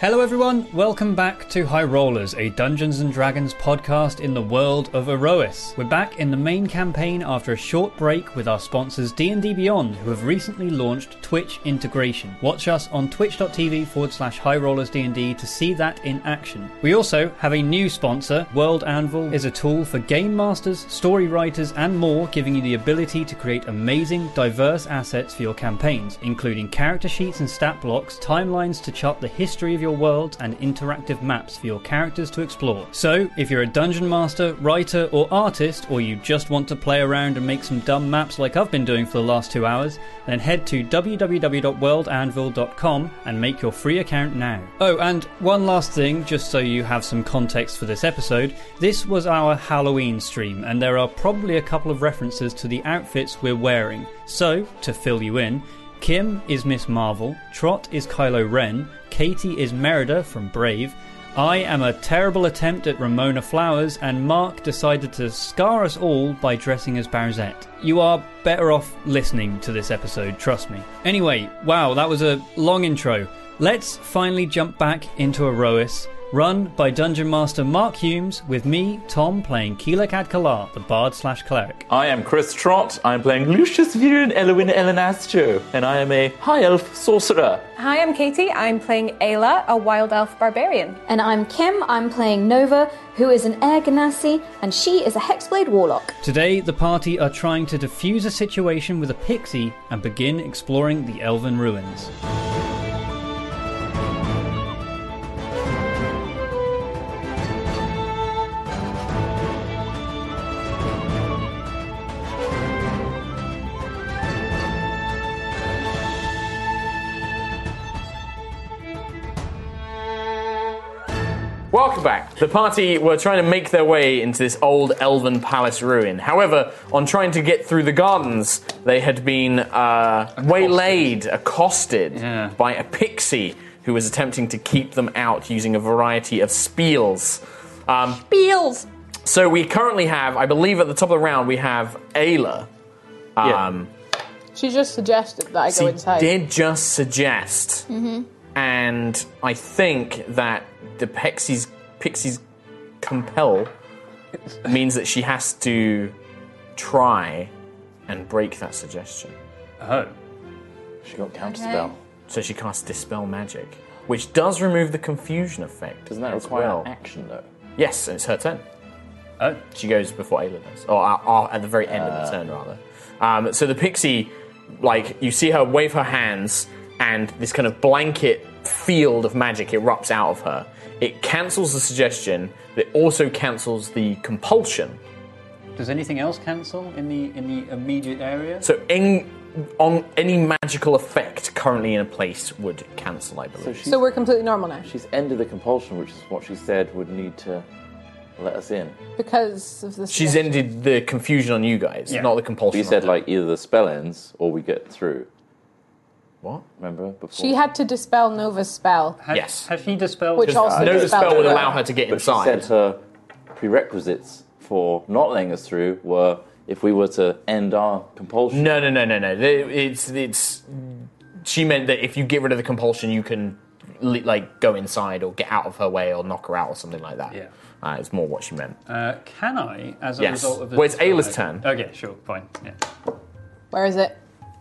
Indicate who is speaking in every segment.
Speaker 1: Hello, everyone. Welcome back to High Rollers, a Dungeons and Dragons podcast in the world of Erois. We're back in the main campaign after a short break with our sponsors D&D Beyond, who have recently launched Twitch integration. Watch us on twitch.tv forward slash High Rollers D&D to see that in action. We also have a new sponsor. World Anvil is a tool for game masters, story writers, and more, giving you the ability to create amazing, diverse assets for your campaigns, including character sheets and stat blocks, timelines to chart the history of your world, and interactive maps for your characters to explore. So, if you're a dungeon master, writer, or artist, or you just want to play around and make some dumb maps like I've been doing for the last two hours, then head to www.worldanvil.com and make your free account now. Oh, and one last thing, just so you have some context for this episode this was our Halloween stream, and there are probably a couple of references to the outfits we're wearing. So, to fill you in, Kim is Miss Marvel, Trot is Kylo Ren, Katie is Merida from Brave, I am a terrible attempt at Ramona Flowers, and Mark decided to scar us all by dressing as Barzette. You are better off listening to this episode, trust me. Anyway, wow, that was a long intro. Let's finally jump back into Erois, run by Dungeon Master Mark Humes, with me, Tom, playing Keelak Adkalar, the bard slash cleric.
Speaker 2: I am Chris Trott. I'm playing Lucius Viren Elwin Elenastro, and I am a high elf sorcerer.
Speaker 3: Hi, I'm Katie. I'm playing Ayla, a wild elf barbarian.
Speaker 4: And I'm Kim. I'm playing Nova, who is an Air Ganassi, and she is a Hexblade Warlock.
Speaker 1: Today, the party are trying to defuse a situation with a pixie and begin exploring the elven ruins.
Speaker 2: Welcome back. The party were trying to make their way into this old elven palace ruin. However, on trying to get through the gardens, they had been uh, waylaid, accosted
Speaker 1: Yeah.
Speaker 2: by a pixie who was attempting to keep them out using a variety of spiels. Um,
Speaker 3: Beals!
Speaker 2: so we currently have, I believe, at the top of the round, we have Ayla. Um,
Speaker 5: She just suggested that I go
Speaker 2: She
Speaker 5: inside. Mm-hmm.
Speaker 2: did just suggest, and I think that the Pixie's Pixie's compel means that she has to try and break that suggestion.
Speaker 1: Oh.
Speaker 6: She got counterspell.
Speaker 2: So she casts dispel magic, which does remove the confusion effect.
Speaker 6: Doesn't that
Speaker 2: as
Speaker 6: require
Speaker 2: well.
Speaker 6: action though?
Speaker 2: Yes, and it's her turn.
Speaker 1: Oh.
Speaker 2: She goes before Ayla does, or, uh, uh, at the very end of the turn, rather. Um, so the pixie, like, you see her wave her hands, and this kind of blanket field of magic erupts out of her. It cancels the suggestion, it also cancels the compulsion.
Speaker 1: Does anything else cancel in the in the immediate area?
Speaker 2: So any, on, any magical effect currently in a place would cancel, I believe.
Speaker 6: So she's,
Speaker 5: So we're completely normal now
Speaker 6: she's ended the compulsion, which is what she said would need to let us in.
Speaker 5: because of the.
Speaker 2: She's
Speaker 5: suggestion.
Speaker 2: ended the confusion on you guys,
Speaker 1: Yeah.
Speaker 2: not the compulsion.
Speaker 6: You
Speaker 2: on
Speaker 6: said
Speaker 2: her.
Speaker 6: like either the spell ends or we get through.
Speaker 2: What?
Speaker 6: Remember before?
Speaker 5: She had to dispel Nova's spell.
Speaker 1: Has,
Speaker 2: Yes.
Speaker 1: Has she dispelled?
Speaker 5: Which also
Speaker 2: No, the
Speaker 5: dispelled
Speaker 2: uh, spell would
Speaker 5: her.
Speaker 2: allow her to get
Speaker 6: uh, but she
Speaker 2: inside.
Speaker 6: said her prerequisites for not letting us through were if we were to end our compulsion.
Speaker 2: No, no, no, no, no. The- It's it's. She meant that if you get rid of the compulsion, you can li- like go inside or get out of her way or knock her out or something like that.
Speaker 1: Yeah.
Speaker 2: uh, it's more what she meant.
Speaker 1: Uh, can I, as a
Speaker 2: Yes.
Speaker 1: result of the
Speaker 2: Well, it's Ayla's
Speaker 1: dispel-
Speaker 2: turn.
Speaker 1: Okay, sure, fine. Yeah.
Speaker 5: Where is it?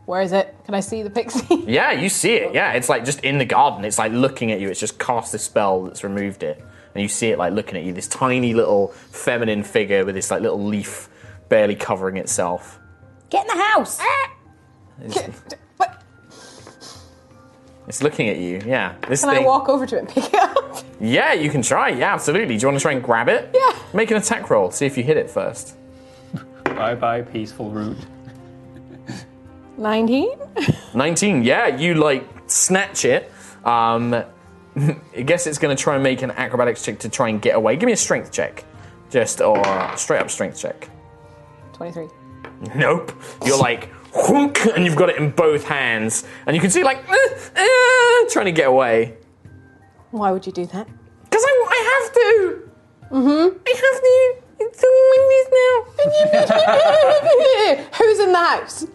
Speaker 5: Where is it? Can I see the pixie?
Speaker 2: Yeah, you see it. Yeah, it's like just in the garden. It's like looking at you. It's just cast this spell that's removed it, and you see it like looking at you. This tiny little feminine figure with this like little leaf barely covering itself.
Speaker 7: Get in the house!
Speaker 5: But
Speaker 2: It's looking at you. Yeah. This
Speaker 5: can I
Speaker 2: thing.
Speaker 5: walk over to it and pick it up?
Speaker 2: Yeah, you can try. Yeah, absolutely. Do you want to try and grab it?
Speaker 5: Yeah.
Speaker 2: Make an attack roll. See if you hit it first.
Speaker 1: Bye bye, peaceful route.
Speaker 5: 19?
Speaker 2: 19. Yeah, you like snatch it. Um, I guess it's going to try and make an acrobatics check to try and get away. Give me a strength check. Just or straight up strength check.
Speaker 5: 23.
Speaker 2: Nope. You're like, whunk, and you've got it in both hands. And you can see, like, eh, eh, trying to get away.
Speaker 5: Why would you do that?
Speaker 2: Because I, I have to. Mm-hmm. I have to. It's doing this now.
Speaker 5: Who's in the house?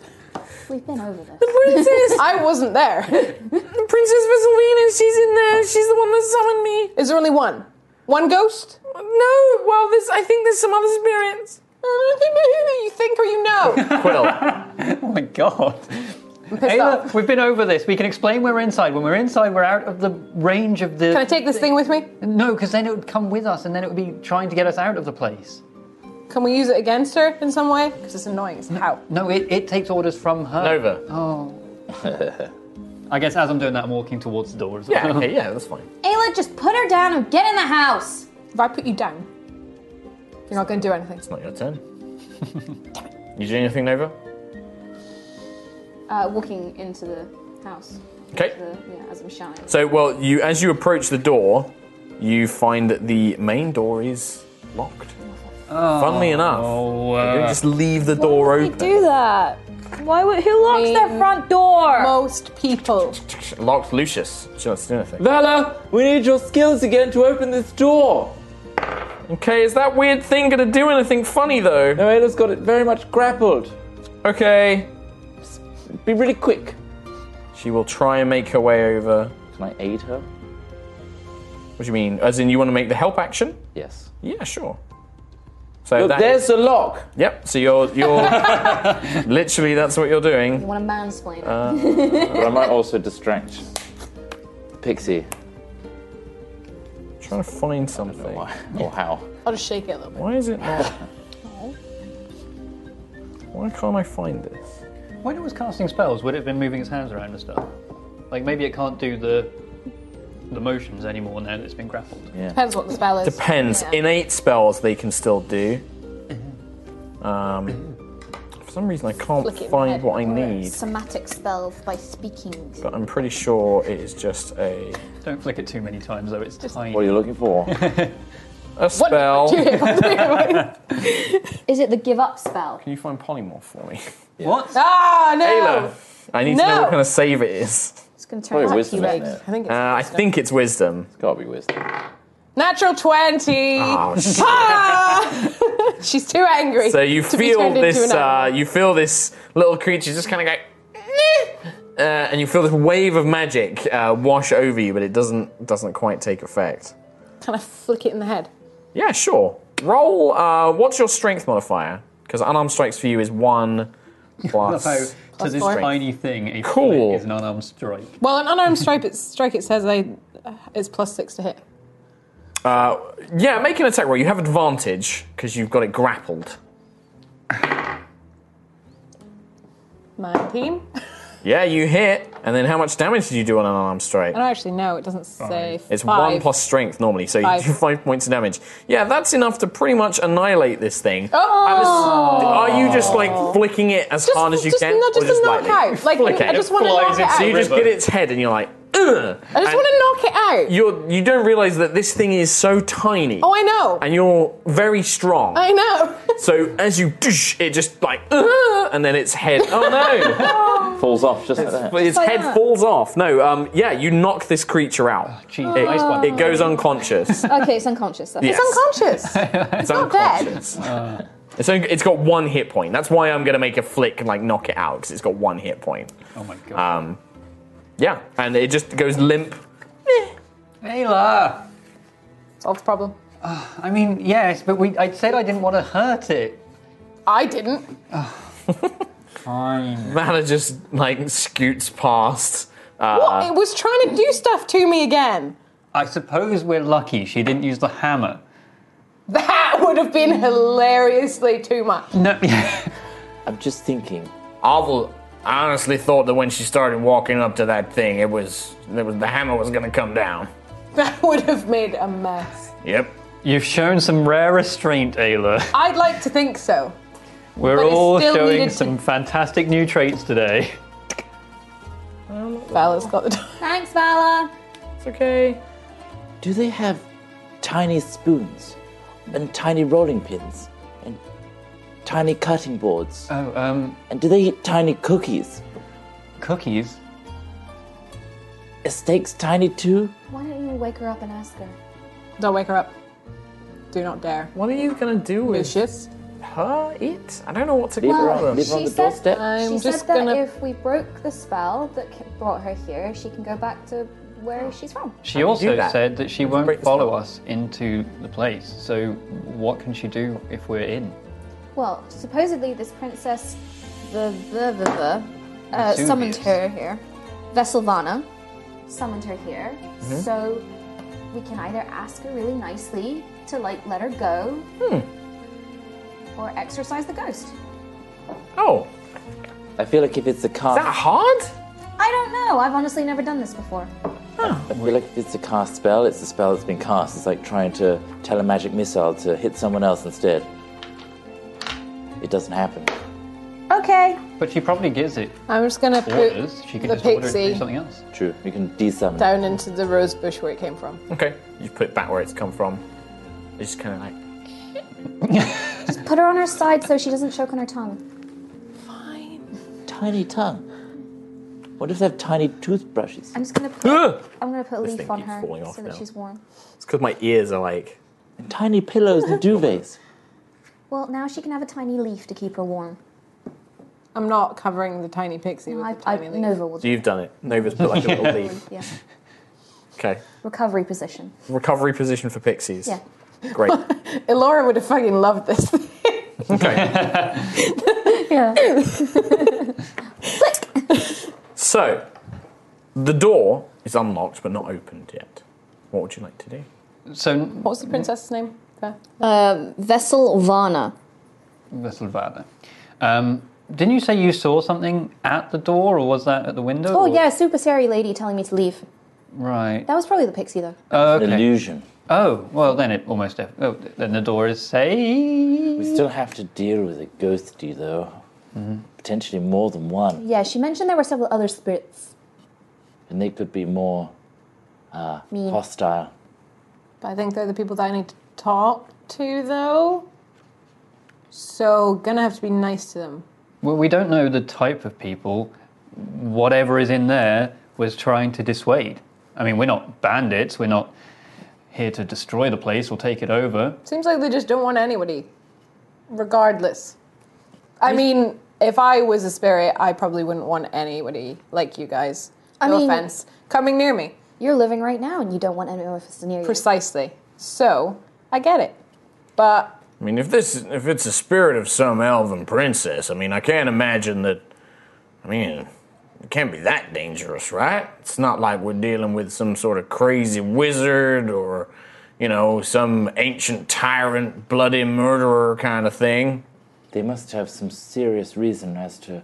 Speaker 7: We've been over this.
Speaker 2: the princess.
Speaker 5: I wasn't there.
Speaker 2: the princess Vasilina, she's in there. She's the one that summoned me.
Speaker 5: Is there only one? One ghost?
Speaker 2: No, well, this, I think there's some other spirits.
Speaker 5: you think or you know?
Speaker 2: Quill.
Speaker 1: Oh my god.
Speaker 5: I'm pissed
Speaker 1: Ayla,
Speaker 5: off.
Speaker 1: we've been over this. We can explain we're inside. When we're inside, we're out of the range of the.
Speaker 5: Can I take this thing with me?
Speaker 1: No, because then it would come with us, and then it would be trying to get us out of the place.
Speaker 5: Can we use it against her in some way? Because it's annoying as hell.
Speaker 1: No, it, it takes orders from her.
Speaker 2: Nova.
Speaker 1: I guess as I'm doing that, I'm walking towards the door as well.
Speaker 2: Yeah, okay, yeah, that's fine.
Speaker 7: Ayla, just put her down and get in the house!
Speaker 5: If I put you down, you're not going to do anything.
Speaker 2: It's not your turn. you doing anything, Nova?
Speaker 7: Uh, walking into the house.
Speaker 2: Okay.
Speaker 7: The- yeah, as I'm shouting.
Speaker 2: So, well, you as you approach the door, you find that the main door is locked. Funnily enough,
Speaker 1: Oh,
Speaker 2: you
Speaker 1: uh,
Speaker 2: just leave the door
Speaker 7: Why would
Speaker 2: open.
Speaker 7: they do that? Why would who locks their front door?
Speaker 5: Most people.
Speaker 2: Locked Lucius. She wants to do anything.
Speaker 6: Vala, we need your skills again to open this door.
Speaker 2: Okay, is that weird thing gonna do anything funny though?
Speaker 6: No, Ayla's got it very much grappled.
Speaker 2: Okay.
Speaker 6: Be really quick.
Speaker 2: She will try and make her way over.
Speaker 6: Can I aid her?
Speaker 2: What do you mean? As in, you want to make the help action?
Speaker 6: Yes.
Speaker 2: Yeah, sure. So
Speaker 6: Look,
Speaker 2: that-
Speaker 6: Oh, there's the lock.
Speaker 2: Yep. So you're you're literally that's what you're doing.
Speaker 7: Want to mansplain?
Speaker 2: Uh,
Speaker 6: But I might also distract Pixie.
Speaker 2: trying to find something.
Speaker 6: Why? Or how?
Speaker 5: I'll just shake it a little bit.
Speaker 2: Why is it not? Why can't I find this?
Speaker 1: When it was casting spells, would it have been moving its hands around and stuff? Like maybe it can't do the the motions anymore now that it's been grappled.
Speaker 5: Depends what the spell is.
Speaker 2: Depends. Innate spells they can still do. Um, for some reason I can't
Speaker 5: Mm-hmm. Flick it in the
Speaker 2: find
Speaker 5: head
Speaker 2: what I
Speaker 5: or
Speaker 2: need,
Speaker 7: Somatic spells by speaking.
Speaker 2: but I'm pretty sure it is just a
Speaker 1: Don't flick it too many times though. It's tiny.
Speaker 6: What are you looking for?
Speaker 2: a spell. Can
Speaker 7: Is it the give up spell?
Speaker 2: you find polymorph for me,
Speaker 1: What?
Speaker 5: ah, no!
Speaker 2: Ayla? I need to know
Speaker 5: No.
Speaker 2: what kind of save it is.
Speaker 7: It's gonna turn
Speaker 6: Probably
Speaker 7: out
Speaker 6: wisdom,
Speaker 7: to
Speaker 6: isn't
Speaker 7: you.
Speaker 6: it? Ah.
Speaker 5: I think it's
Speaker 2: Uh, I think it's wisdom.
Speaker 6: It's gotta be wisdom.
Speaker 5: natural 20!
Speaker 2: Oh, shit.
Speaker 5: Ah! She's too angry.
Speaker 2: So you
Speaker 5: to be
Speaker 2: feel
Speaker 5: turned into
Speaker 2: this,
Speaker 5: an animal.
Speaker 2: uh, you feel this little creature just kind of go, "Eh," uh, and you feel this wave of magic uh, wash over you, but it doesn't doesn't quite take effect.
Speaker 5: Can I flick it in the head?
Speaker 2: Yeah, sure. Roll. Uh, what's your strength modifier? Because unarmed strikes for you is one plus.
Speaker 1: So to this
Speaker 5: four.
Speaker 1: tiny thing, a
Speaker 2: Cool.
Speaker 1: flick is an unarmed strike.
Speaker 5: Well, an unarmed strike, it, strike it says I, uh, it's plus six to hit.
Speaker 2: Uh, yeah, make an attack roll. You have advantage because you've got it grappled.
Speaker 5: 19?
Speaker 2: Yeah, you hit, and then how much damage did you do on an unarmed strike?
Speaker 5: I don't actually know. It doesn't say.
Speaker 2: It's
Speaker 5: five.
Speaker 2: one plus strength normally, so you
Speaker 5: Five.
Speaker 2: do five points of damage. Yeah, that's enough to pretty much annihilate this thing.
Speaker 5: Oh!
Speaker 2: I was- are you just like flicking it as hard as you
Speaker 5: just,
Speaker 2: can?
Speaker 5: No, just,
Speaker 2: or
Speaker 5: a
Speaker 2: lightly?
Speaker 5: knockout. Like,
Speaker 2: Flick
Speaker 5: I
Speaker 2: it.
Speaker 5: just want to knock
Speaker 1: flies
Speaker 5: it
Speaker 1: into
Speaker 5: out.
Speaker 2: so you just
Speaker 1: River.
Speaker 2: get its head and you're like, ugh.
Speaker 5: I just want to knock it out.
Speaker 2: You're, you don't realize that this thing is so tiny.
Speaker 5: Oh, I know.
Speaker 2: And you're very strong.
Speaker 5: I know.
Speaker 2: so as you, doosh, it just like, ugh, and then its head. Oh no!
Speaker 6: Falls off just like that.
Speaker 2: its head falls off. No, um, yeah, you knock this creature out.
Speaker 1: Jeez,
Speaker 2: It,
Speaker 1: nice
Speaker 5: Oh.
Speaker 1: one.
Speaker 2: it goes unconscious.
Speaker 7: Okay, it's unconscious. That's
Speaker 2: Yes.
Speaker 5: It's unconscious.
Speaker 2: It's
Speaker 5: not dead.
Speaker 2: unconscious. It's, only, it's got one hit point. That's why I'm going to make a flick and like knock it out because it's got one hit point.
Speaker 1: Oh my god.
Speaker 2: Yeah, and it just goes limp. Ah.
Speaker 1: Ayla!
Speaker 5: Solve the problem.
Speaker 1: I mean, yes, but we I said I didn't want to hurt it.
Speaker 5: I didn't.
Speaker 8: Fine.
Speaker 2: Vala just like scoots past. Uh,
Speaker 5: What? It was trying to do stuff to me again.
Speaker 1: I suppose we're lucky she didn't use the hammer.
Speaker 5: That would have been hilariously too much.
Speaker 1: No,
Speaker 6: I'm just thinking.
Speaker 2: Arvel honestly thought that when she started walking up to that thing, it was, it was the hammer was going to come down.
Speaker 5: That would have made a mess.
Speaker 2: Yep.
Speaker 1: you've shown some rare restraint, Ayla.
Speaker 5: I'd like to think so.
Speaker 1: We're
Speaker 5: But it
Speaker 1: all
Speaker 5: still
Speaker 1: showing
Speaker 5: needed to-
Speaker 1: some fantastic new traits today.
Speaker 5: Vala's got the.
Speaker 7: Thanks, Vala.
Speaker 2: It's okay.
Speaker 6: Do they have tiny spoons and tiny rolling pins and tiny cutting boards?
Speaker 1: Oh, um,
Speaker 6: and do they eat tiny cookies?
Speaker 1: cookies.
Speaker 6: Is steaks tiny too?
Speaker 7: Why don't you wake her up and ask her?
Speaker 5: Don't wake her up. Do not dare.
Speaker 2: What are you going to do with
Speaker 5: Lucius.
Speaker 2: her? It? I don't know what to
Speaker 6: Leave her
Speaker 2: call
Speaker 6: on,
Speaker 2: them.
Speaker 6: leave her on
Speaker 7: she
Speaker 6: the
Speaker 7: said-
Speaker 6: doorstep.
Speaker 5: I'm
Speaker 7: she
Speaker 5: just
Speaker 7: said that
Speaker 5: gonna-
Speaker 7: if we broke the spell that ca- brought her here, she can go back to where she's from.
Speaker 1: She also
Speaker 2: do that?
Speaker 1: said that she
Speaker 2: break
Speaker 1: won't
Speaker 2: the
Speaker 1: follow
Speaker 2: spell.
Speaker 1: us into the place. So, what can she do if we're in?
Speaker 7: Well, supposedly this princess, the the the, the uh,
Speaker 1: Vesuvius.
Speaker 7: summoned her here. Vesselvana summoned her here,
Speaker 5: Mm-hmm.
Speaker 7: so we can either ask her really nicely to like let her go,
Speaker 5: Hmm.
Speaker 7: or exorcise the ghost.
Speaker 2: Oh,
Speaker 6: I feel like if it's a
Speaker 2: is that
Speaker 6: cast,
Speaker 2: hard?
Speaker 7: I don't know. I've honestly never done this before.
Speaker 6: I feel like if it's a cast spell, it's a spell that's been cast. It's like trying to tell a magic missile to hit someone else instead. It doesn't happen.
Speaker 7: Okay.
Speaker 1: But she probably gives it
Speaker 5: I'm just gonna put
Speaker 1: orders. She can
Speaker 5: the
Speaker 1: just order it to
Speaker 5: pixie
Speaker 1: do something else.
Speaker 6: True. You can desummon.
Speaker 5: down into the rose bush where it came from.
Speaker 2: Okay. You put it back where it's come from. It's just kind of like.
Speaker 7: Put her on her side so she doesn't choke on her tongue.
Speaker 6: Tiny tongue. What if they have tiny toothbrushes?
Speaker 7: I'm just gonna put. I'm gonna put a
Speaker 2: This
Speaker 7: leaf
Speaker 2: thing
Speaker 7: on
Speaker 2: keeps
Speaker 7: her
Speaker 2: falling off
Speaker 7: so that
Speaker 2: now.
Speaker 7: she's warm.
Speaker 2: It's because my ears are like.
Speaker 6: And tiny pillows and duvets.
Speaker 7: Well, now she can have a tiny leaf to keep her warm.
Speaker 5: I'm not covering the tiny pixie with
Speaker 7: I,
Speaker 5: the
Speaker 7: I,
Speaker 5: tiny leaf.
Speaker 7: Nova will do.
Speaker 2: You've done it. Nova's put like a little leaf.
Speaker 7: Yeah.
Speaker 2: Okay.
Speaker 7: Recovery position.
Speaker 2: Recovery position for pixies.
Speaker 7: Yeah.
Speaker 2: Great.
Speaker 5: Elora would have fucking loved this.
Speaker 2: Okay.
Speaker 7: Yeah.
Speaker 2: so, the door is unlocked but not opened yet. What would you like to do?
Speaker 1: So,
Speaker 5: What's the princess's name? Fair.
Speaker 7: Um, Vessel Vana.
Speaker 1: Vesselvada. Um, didn't you say you saw something at the door, or was that at the window?
Speaker 7: Oh
Speaker 1: or-
Speaker 7: yeah, super scary lady telling me to leave.
Speaker 1: Right.
Speaker 7: That was probably the pixie though.
Speaker 1: Oh, okay.
Speaker 6: Illusion.
Speaker 1: Oh, well, then it almost. Def- oh, then the door is safe.
Speaker 6: We still have to deal with a ghosty though. Potentially more than one.
Speaker 7: Yeah, she mentioned there were several other spirits.
Speaker 6: And they could be more uh, hostile.
Speaker 5: But I think they're the people that I need to talk to, though. So, gonna have to be nice to them.
Speaker 1: Well, we don't know the type of people. Whatever is in there was trying to dissuade. I mean, we're not bandits. We're not here to destroy the place or take it over.
Speaker 5: Seems like they just don't want anybody, regardless. I mean, if I was a spirit, I probably wouldn't want anybody like you guys.
Speaker 7: I
Speaker 5: No
Speaker 7: mean-
Speaker 5: offense. Coming near me.
Speaker 7: You're living right now, and you don't want anyone to near you.
Speaker 5: Precisely. So, I get it. But
Speaker 2: I mean, if this, if it's a spirit of some elven princess, I mean, I can't imagine that. I mean, it can't be that dangerous, right? It's not like we're dealing with some sort of crazy wizard or, you know, some ancient tyrant, bloody murderer kind of thing.
Speaker 6: They must have some serious reason as to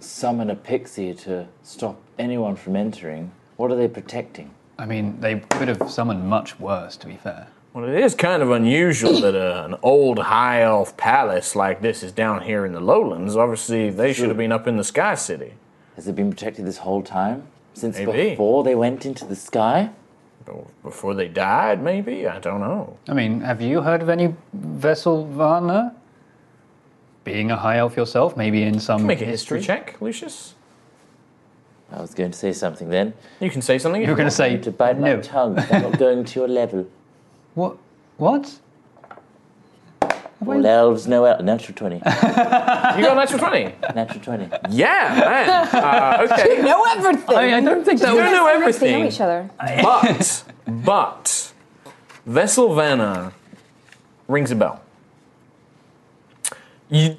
Speaker 6: summon a pixie to stop anyone from entering. What are they protecting?
Speaker 1: I mean, they could have summoned much worse, to be fair.
Speaker 2: Well, it is kind of unusual that uh, an old high elf palace like this is down here in the lowlands. Obviously, they should have been up in the Sky City.
Speaker 6: Has it been protected this whole time? Since
Speaker 2: Maybe.
Speaker 6: before they went into the sky?
Speaker 2: Or Before they died, maybe? I don't know.
Speaker 1: I mean, have you heard of any Vesselvana? Being a high elf yourself, maybe in some
Speaker 2: Make a history check, Lucius.
Speaker 6: I was going to say something then.
Speaker 2: You can say something.
Speaker 1: You're going to say
Speaker 6: To bite my
Speaker 1: no.
Speaker 6: tongue, I'm not going to your level.
Speaker 1: What? What?
Speaker 6: All elves, no elves. Natural 20.
Speaker 2: You got a natural 20.
Speaker 6: Natural 20.
Speaker 2: Yeah, man. Uh, okay.
Speaker 5: know everything!
Speaker 1: I mean, I don't think that
Speaker 2: You
Speaker 1: was.
Speaker 7: They
Speaker 2: don't know
Speaker 7: know
Speaker 2: everything,
Speaker 7: each other.
Speaker 2: but, but, Vesselvanna rings a bell. You,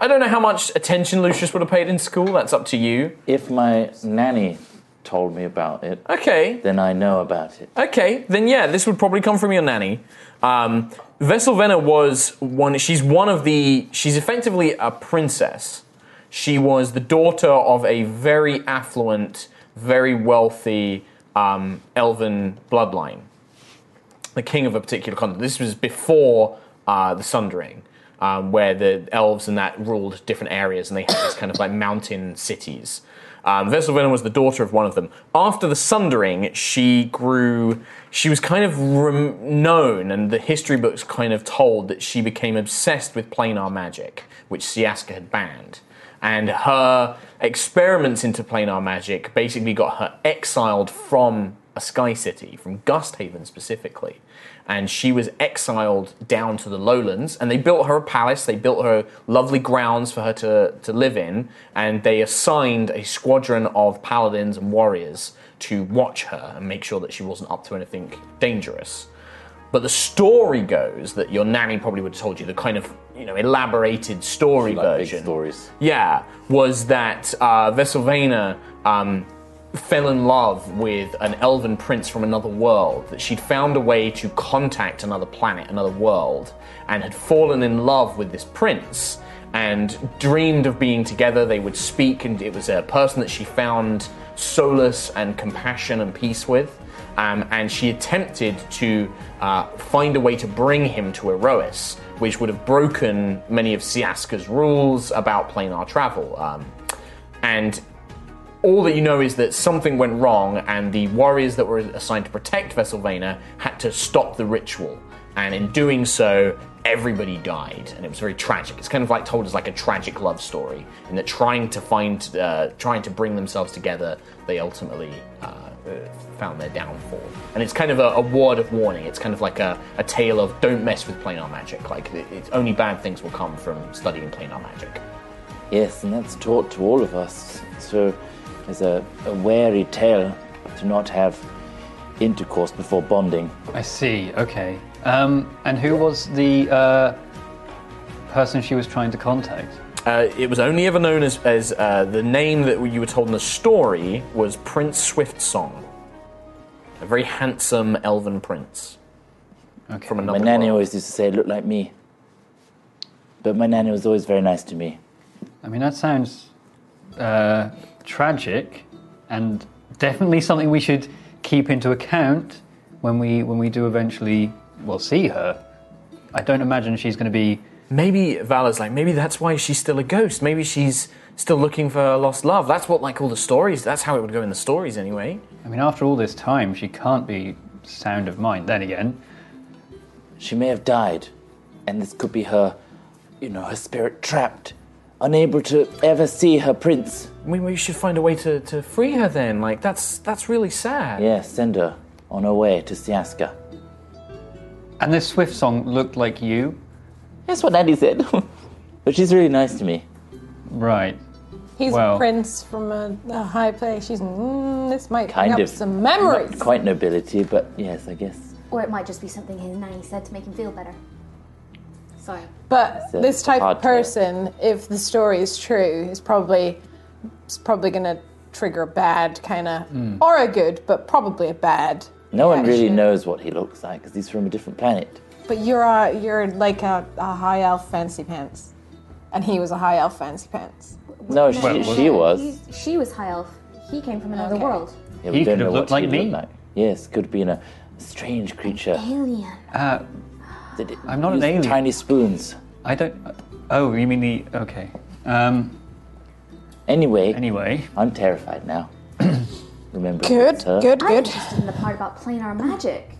Speaker 2: I don't know how much attention Lucius would have paid in school. That's up to you.
Speaker 6: If my nanny told me about it,
Speaker 2: Okay.
Speaker 6: then I know about it.
Speaker 2: Okay, then yeah, this would probably come from your nanny. Um, Vesselvena was one. She's one of the. She's effectively a princess. She was the daughter of a very affluent, very wealthy um, elven bloodline, the king of a particular continent. This was before uh, the Sundering, um, where the elves and that ruled different areas, and they had these kind of like mountain cities. Um, Vesselvina was the daughter of one of them. After the Sundering, she grew. She was kind of rem- known, and the history books kind of told that she became obsessed with planar magic, which Siaska had banned. And her experiments into planar magic basically got her exiled from a sky city, from Gusthaven specifically. And she was exiled down to the lowlands, and they built her a palace, they built her lovely grounds for her to, to live in, and they assigned a squadron of paladins and warriors to watch her and make sure that she wasn't up to anything dangerous. But the story goes that your nanny probably would have told you the kind of you know elaborated story
Speaker 6: Like big
Speaker 2: version
Speaker 6: stories.
Speaker 2: yeah, was that uh, Vesselvena um, fell in love with an elven prince from another world, that she'd found a way to contact another planet, another world, and had fallen in love with this prince and dreamed of being together. They would speak, and it was a person that she found solace and compassion and peace with. Um, and she attempted to uh, find a way to bring him to Erois, which would have broken many of Siaska's rules about planar travel. Um, and all that you know is that something went wrong, and the warriors that were assigned to protect Vesselvena had to stop the ritual. And in doing so, everybody died, and it was very tragic. It's kind of like told as like a tragic love story, in that trying to find, uh, trying to bring themselves together, they ultimately uh, found their downfall. And it's kind of a, a word of warning. It's kind of like a, a tale of don't mess with planar magic. Like it, it's only bad things will come from studying planar magic.
Speaker 6: Yes, and that's taught to all of us. So, as a, a wary tale to not have intercourse before bonding.
Speaker 1: I see. Okay. Um, and who was the uh, person she was trying to contact?
Speaker 2: Uh, it was only ever known as, as uh, the name that you were told in the story was Prince Swiftsong, a very handsome elven prince
Speaker 1: Okay.
Speaker 2: from
Speaker 6: My
Speaker 2: another
Speaker 6: nanny
Speaker 2: world.
Speaker 6: always used to say, "Look like me," but my nanny was always very nice to me.
Speaker 1: I mean, that sounds uh, tragic, and definitely something we should keep into account when we when we do eventually well see her. I don't imagine she's going to be.
Speaker 2: Maybe Vala's like, maybe that's why she's still a ghost. Maybe she's still looking for her lost love. That's what like all the stories. That's how it would go in the stories anyway.
Speaker 1: I mean, after all this time, she can't be sound of mind. Then again,
Speaker 6: She may have died, and this could be her, you know, her spirit trapped, unable to ever see her prince.
Speaker 2: We, we should find a way to, to free her then. Like that's that's really sad.
Speaker 6: Yes, send her on her way to Siaska.
Speaker 1: and this Swift song looked like you,
Speaker 6: That's what nanny said. but she's really nice to me.
Speaker 1: right?
Speaker 5: He's
Speaker 1: Well.
Speaker 5: a prince from a, a high place. She's mm, this might
Speaker 6: Kind
Speaker 5: bring
Speaker 6: of.
Speaker 5: up some memories.
Speaker 6: Not quite nobility, but yes, I guess.
Speaker 7: Or it might just be something his nanny said to make him feel better. So,
Speaker 5: But
Speaker 6: a
Speaker 5: this type
Speaker 6: hard
Speaker 5: of
Speaker 6: tale.
Speaker 5: person, if the story is true, is probably is probably going to trigger a bad kind of
Speaker 1: Mm.
Speaker 5: or a good, but probably a bad.
Speaker 6: No one really
Speaker 5: reaction.
Speaker 6: knows what he looks like because he's from a different planet.
Speaker 5: But you're a, you're like a, a high elf fancy pants, and he was a high elf fancy pants.
Speaker 6: No, she,
Speaker 1: Well,
Speaker 6: she was.
Speaker 7: He's, she was high elf. He came from another
Speaker 5: Okay.
Speaker 7: world.
Speaker 6: Yeah,
Speaker 1: He
Speaker 6: we don't
Speaker 1: could have
Speaker 6: know what
Speaker 1: looked like
Speaker 6: she
Speaker 1: me.
Speaker 6: looked like. Yes, could have been a strange creature.
Speaker 7: Alien.
Speaker 1: Uh,
Speaker 6: that it
Speaker 1: I'm not an
Speaker 6: used
Speaker 1: alien.
Speaker 6: Tiny spoons.
Speaker 1: I don't. Oh, you mean the okay? Um,
Speaker 6: Anyway,
Speaker 1: anyway,
Speaker 6: I'm terrified now. Remember,
Speaker 5: Good,
Speaker 6: it's her.
Speaker 5: good,
Speaker 7: I'm
Speaker 5: good.
Speaker 7: interested in the part about planar magic.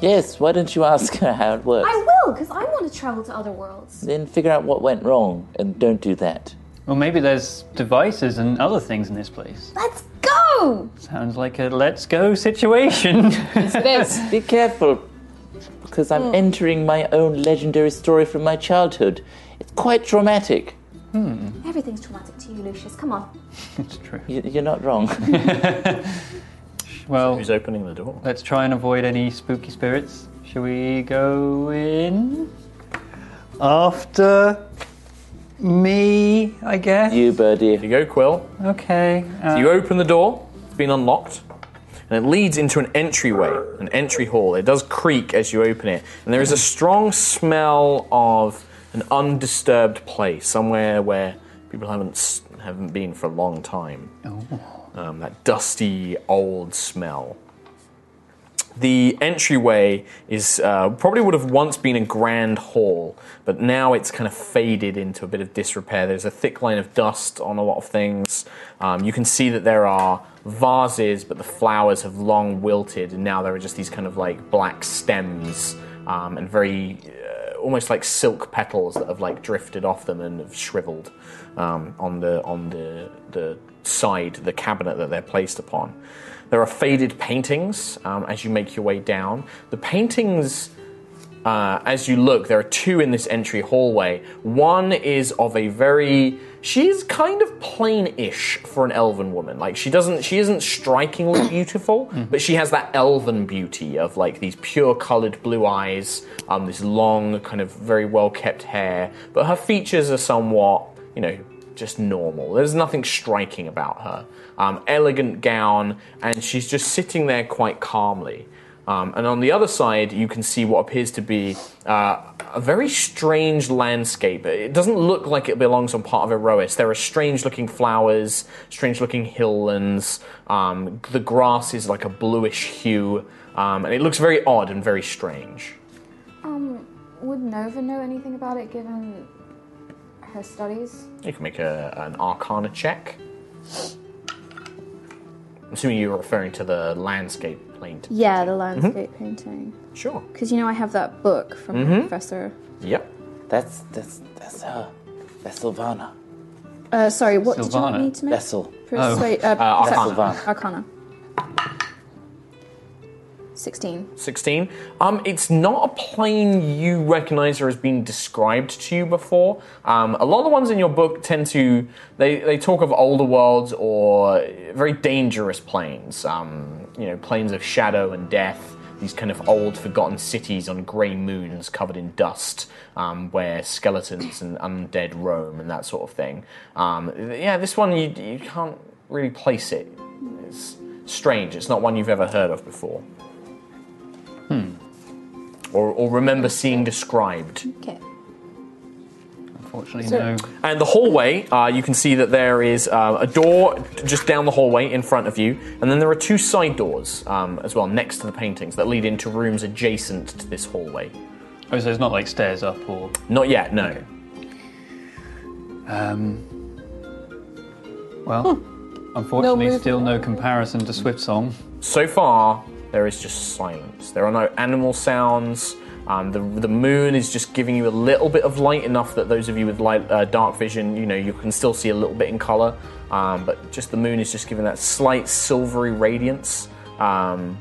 Speaker 6: Yes, why don't you ask her how it works?
Speaker 7: I will, because I want to travel to other worlds.
Speaker 6: Then figure out what went wrong and don't do that.
Speaker 1: well, maybe there's devices and other things in this place.
Speaker 7: Let's go!
Speaker 1: Sounds like a let's go situation.
Speaker 5: It is.
Speaker 6: Be careful, because I'm
Speaker 1: Hmm.
Speaker 6: entering my own legendary story from my childhood. It's quite traumatic.
Speaker 7: Everything's traumatic to you, Lucius. Come on.
Speaker 1: it's true.
Speaker 6: You- You're not wrong.
Speaker 1: Well,
Speaker 2: Who's opening the door?
Speaker 1: Let's try and avoid any spooky spirits. Shall we go in after Me, I guess.
Speaker 6: You, birdie.
Speaker 2: You go, Quill.
Speaker 1: Okay. uh,
Speaker 2: You open the door, it's been unlocked, and it leads into an entryway, an entry hall. It does creak as you open it, and there is a strong smell of an undisturbed place, somewhere where people haven't s- haven't been for a long time. Um, that dusty old smell. The entryway is uh, probably would have once been a grand hall, but now it's kind of faded into a bit of disrepair. There's a thick line of dust on a lot of things. Um, you can see that there are vases, but the flowers have long wilted, and now there are just these kind of like black stems um, and very uh, almost like silk petals that have like drifted off them and have shriveled um, on the on the the side, the cabinet that they're placed upon. There are faded paintings um, as you make your way down. The paintings, uh, as you look, there are two in this entry hallway. One is of a very she's kind of plain-ish for an elven woman. Like she doesn't she isn't strikingly beautiful, but she has that elven beauty of like these pure colored blue eyes, um, this long kind of very well-kept hair. But her features are somewhat, you know, just normal. There's nothing striking about her. Um, elegant gown, and she's just sitting there quite calmly. Um, and on the other side, you can see what appears to be uh, a very strange landscape. It doesn't look like it belongs on part of Erois. There are strange looking flowers, strange looking hilllands. Um, the grass is like a bluish hue, um, and it looks very odd and very strange.
Speaker 7: Um, would Nova know anything about it given her studies?
Speaker 2: You can make a, an arcana check. I'm assuming you're referring to the landscape plane.
Speaker 3: Yeah, the landscape painting.
Speaker 2: Sure.
Speaker 3: Because you know I have that book from the professor.
Speaker 2: Yep.
Speaker 6: That's that's that's her. That's Sylvana.
Speaker 3: Uh, sorry, what did you want
Speaker 1: Sylvana. Oh,
Speaker 3: me to make?
Speaker 6: Vessel.
Speaker 3: Persuade, uh,
Speaker 2: Uh,
Speaker 3: perception.
Speaker 6: Arcana.
Speaker 3: Arcana. 16.
Speaker 2: 16. Um, it's not a plane you recognize or has been described to you before. Um, a lot of the ones in your book tend to, they, they talk of older worlds or very dangerous planes, um, you know, planes of shadow and death. These kind of old, forgotten cities on grey moons covered in dust, um, where skeletons and undead roam and that sort of thing. Um, yeah, this one you, you can't really place it. It's strange. It's not one you've ever heard of before or, or remember seeing described.
Speaker 3: Okay.
Speaker 1: Unfortunately, no.
Speaker 2: And the hallway, uh, you can see that there is uh, a door just down the hallway in front of you, and then there are two side doors um, as well next to the paintings that lead into rooms adjacent to this hallway.
Speaker 1: Oh, so it's not like stairs up or.
Speaker 2: Not yet, no.
Speaker 1: Um, well,
Speaker 3: Hmm.
Speaker 1: unfortunately,
Speaker 5: No move.
Speaker 1: still no comparison to Swift Song.
Speaker 2: So far, there is just silence. There are no animal sounds. Um, the, the moon is just giving you a little bit of light, enough that those of you with light, uh, dark vision, you know, you can still see a little bit in color. Um, but just the moon is just giving that slight silvery radiance. Um,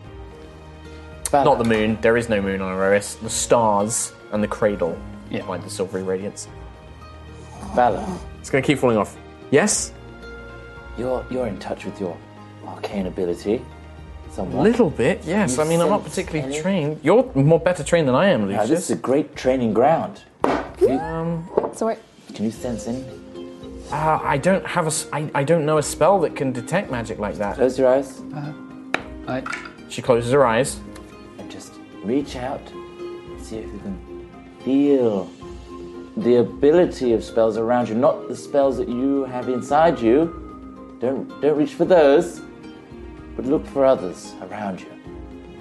Speaker 2: Not the moon. There is no moon on Eris. The stars and the cradle
Speaker 1: Yeah.
Speaker 2: provide the silvery radiance.
Speaker 6: Valor.
Speaker 2: It's going to keep falling off. Yes,
Speaker 6: You're you're in touch with your arcane ability.
Speaker 2: a
Speaker 6: Somewhat.
Speaker 2: little bit. Yes.
Speaker 6: You
Speaker 2: I mean, I'm not
Speaker 6: sense
Speaker 2: particularly
Speaker 6: any-
Speaker 2: trained. You're more better trained than I am,
Speaker 6: Now,
Speaker 2: Lucius.
Speaker 6: this is a great training ground. Can you,
Speaker 5: So I,
Speaker 6: can you sense anything?
Speaker 2: Uh, I don't have a. s- I, I don't know a spell that can detect magic like that.
Speaker 6: Close your eyes
Speaker 1: I,
Speaker 2: She closes her eyes.
Speaker 6: and just reach out. See if you can feel the ability of spells around you, not the spells that you have inside you. Don't don't reach for those, but look for others around you.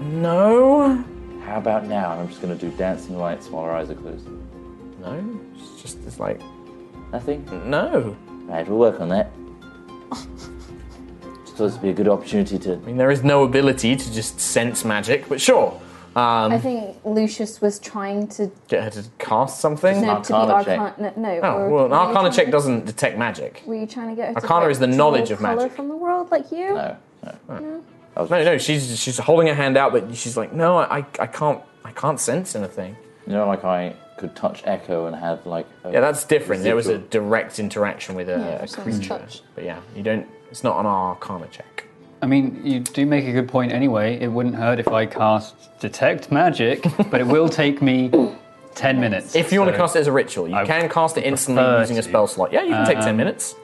Speaker 2: No.
Speaker 6: How about now? I'm just gonna do dancing lights while our eyes are closed.
Speaker 2: No. It's just. It's like
Speaker 6: Nothing.
Speaker 2: Hmm. no.
Speaker 6: Right, we'll work on that. Just thought it'd be a good opportunity to.
Speaker 2: I mean, there is no ability to just sense magic, but sure.
Speaker 7: I
Speaker 2: Um,
Speaker 7: think Lucius was trying to
Speaker 2: get her to cast something.
Speaker 7: no, to be
Speaker 6: Arcana check.
Speaker 7: arcana. No,
Speaker 2: Oh
Speaker 7: or
Speaker 2: well, an
Speaker 7: were you
Speaker 2: arcana
Speaker 7: trying
Speaker 2: check
Speaker 7: to-
Speaker 2: doesn't detect magic.
Speaker 7: Were you trying to get her?
Speaker 2: Arcana
Speaker 7: to
Speaker 2: is the
Speaker 7: draw
Speaker 2: knowledge of
Speaker 7: colour
Speaker 2: magic.
Speaker 7: from the world, like you.
Speaker 6: No, no.
Speaker 2: No, no, she's she's holding her hand out, but she's like, no, I, I can't I can't sense anything.
Speaker 6: You know, like I could touch Echo and have like. A,
Speaker 2: Yeah, that's different. There was a
Speaker 6: Residual.
Speaker 2: direct interaction with a,
Speaker 7: Yeah,
Speaker 2: a
Speaker 7: so
Speaker 2: creature,
Speaker 7: it's touch.
Speaker 2: but yeah, you don't. It's not an arcana check.
Speaker 1: I mean, you do make a good point anyway. It wouldn't hurt if I cast Detect Magic, but it will take me Ten minutes.
Speaker 2: If you want to
Speaker 1: So-
Speaker 2: cast it as a ritual, you
Speaker 1: I
Speaker 2: can cast it instantly
Speaker 1: prefer
Speaker 2: using a
Speaker 1: to.
Speaker 2: spell slot. Yeah, you can take ten
Speaker 1: Um,
Speaker 2: minutes.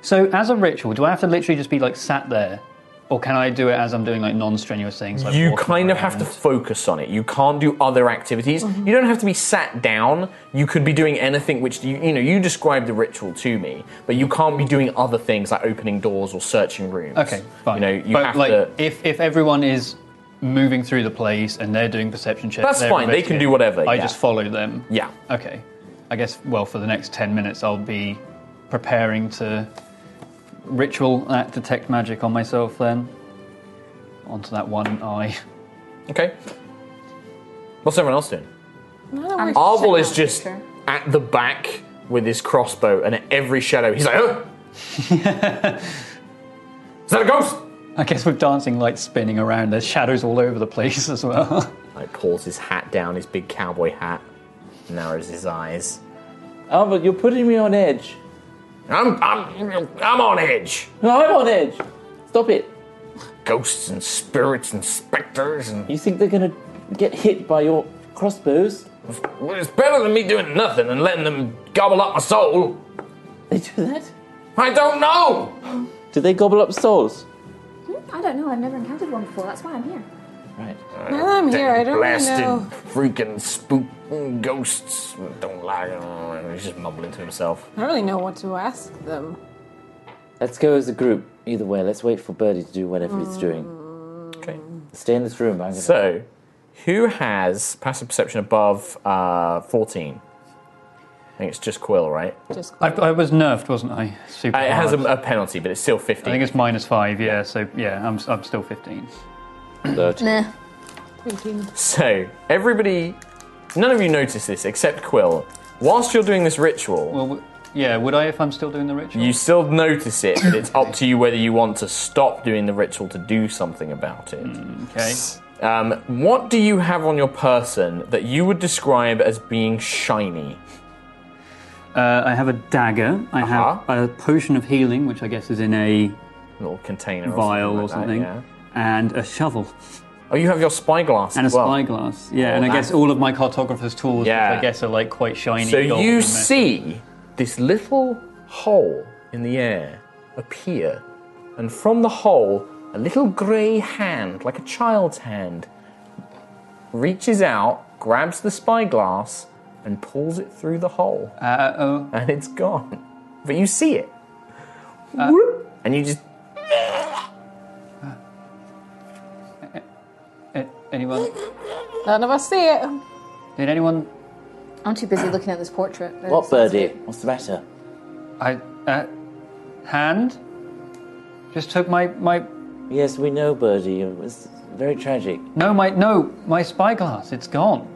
Speaker 1: So, as a ritual, do I have to literally just be like sat there, or can I do it as I'm doing like non-strenuous things? Like
Speaker 2: you
Speaker 1: walking
Speaker 2: kind of have to
Speaker 1: around?
Speaker 2: focus on it. You can't do other activities.
Speaker 7: Mm-hmm.
Speaker 2: You don't have to be sat down. You could be doing anything which you you know you described the ritual to me, but you can't be doing other things like opening doors or searching rooms.
Speaker 1: Okay, fine.
Speaker 2: You know you
Speaker 1: but
Speaker 2: have
Speaker 1: like,
Speaker 2: to.
Speaker 1: if if everyone is moving through the place and they're doing perception checks,
Speaker 2: That's
Speaker 1: they're
Speaker 2: fine, they can
Speaker 1: investigating,
Speaker 2: do whatever,
Speaker 1: I
Speaker 2: yeah.
Speaker 1: just follow them.
Speaker 2: Yeah.
Speaker 1: Okay. I guess. Well, for the next ten minutes, I'll be preparing to ritual that detect magic on myself. Then onto that one eye.
Speaker 2: Okay. What's everyone else doing?
Speaker 5: I'm
Speaker 2: Arvel is just at the back with his crossbow, and at every shadow he's like, "Oh, is that a ghost?"
Speaker 1: I guess with dancing lights spinning around, there's shadows all over the place as well.
Speaker 2: Like pulls his hat down, his big cowboy hat, narrows his eyes.
Speaker 6: Albert, Oh, you're putting me on edge.
Speaker 2: I'm I'm I'm on edge.
Speaker 6: No, I'm on edge. Stop it.
Speaker 2: Ghosts and spirits and specters and
Speaker 6: You think they're gonna get hit by your crossbows?
Speaker 2: well, it's better than me doing nothing and letting them gobble up my soul.
Speaker 6: They do that?
Speaker 2: I don't know.
Speaker 6: Do they gobble up souls?
Speaker 7: I don't know. I've never encountered one before. That's why I'm here.
Speaker 6: Right.
Speaker 5: Now that I'm here, I don't really
Speaker 2: Blasted
Speaker 5: know.
Speaker 2: freaking spook ghosts. Don't like them. He's just mumbling to himself.
Speaker 5: I don't really know what to ask them.
Speaker 6: Let's go as a group. Either way, let's wait for Birdie to do whatever he's doing.
Speaker 2: Okay.
Speaker 6: Stay in this room. I'm gonna...
Speaker 2: So, who has passive perception above uh, 14? I think it's just Quill, right?
Speaker 5: Just
Speaker 1: I, I was nerfed, wasn't I? Super.
Speaker 2: Uh, it has a,
Speaker 1: hard.
Speaker 2: a penalty, but it's still
Speaker 1: I think
Speaker 2: 15.
Speaker 1: it's minus five. Yeah. So yeah, I'm I'm still 15.
Speaker 3: Nah.
Speaker 2: So, everybody, none of you notice this except Quill. Whilst you're doing this ritual,
Speaker 1: Well, w- yeah. Would I if I'm still doing the ritual?
Speaker 2: you still notice it, but it's up to you whether you want to stop doing the ritual to do something about it.
Speaker 1: okay.
Speaker 2: Um, what do you have on your person that you would describe as being shiny?
Speaker 1: Uh, I have a dagger. I have
Speaker 2: Uh-huh.
Speaker 1: a potion of healing, which I guess is in a
Speaker 2: Little container,
Speaker 1: vial or
Speaker 2: or
Speaker 1: something,
Speaker 2: something. like that,
Speaker 1: and a shovel
Speaker 2: yeah. Oh, you have your spyglass
Speaker 1: and a
Speaker 2: as well.
Speaker 1: spyglass. Yeah,
Speaker 2: Oh,
Speaker 1: and I
Speaker 2: that's-
Speaker 1: guess all of my cartographer's tools, which
Speaker 2: Yeah.
Speaker 1: I guess are like quite shiny.
Speaker 2: So
Speaker 1: gold
Speaker 2: you
Speaker 1: and metal.
Speaker 2: see this little hole in the air appear, and from the hole, a little grey hand, like a child's hand, reaches out, grabs the spyglass, and pulls it through the hole,
Speaker 1: Uh, oh,
Speaker 2: and it's gone. But you see it,
Speaker 1: Uh.
Speaker 2: Whoop. and you just
Speaker 1: a- anyone?
Speaker 5: None of us see it.
Speaker 1: Did anyone?
Speaker 3: I'm too busy looking at this portrait. I
Speaker 6: What,
Speaker 3: don't sense
Speaker 6: Birdie?
Speaker 3: it.
Speaker 6: What's the matter?
Speaker 1: I uh, hand just took my my
Speaker 6: Yes, we know, Birdie. It was very tragic.
Speaker 1: no my no my spyglass. It's gone.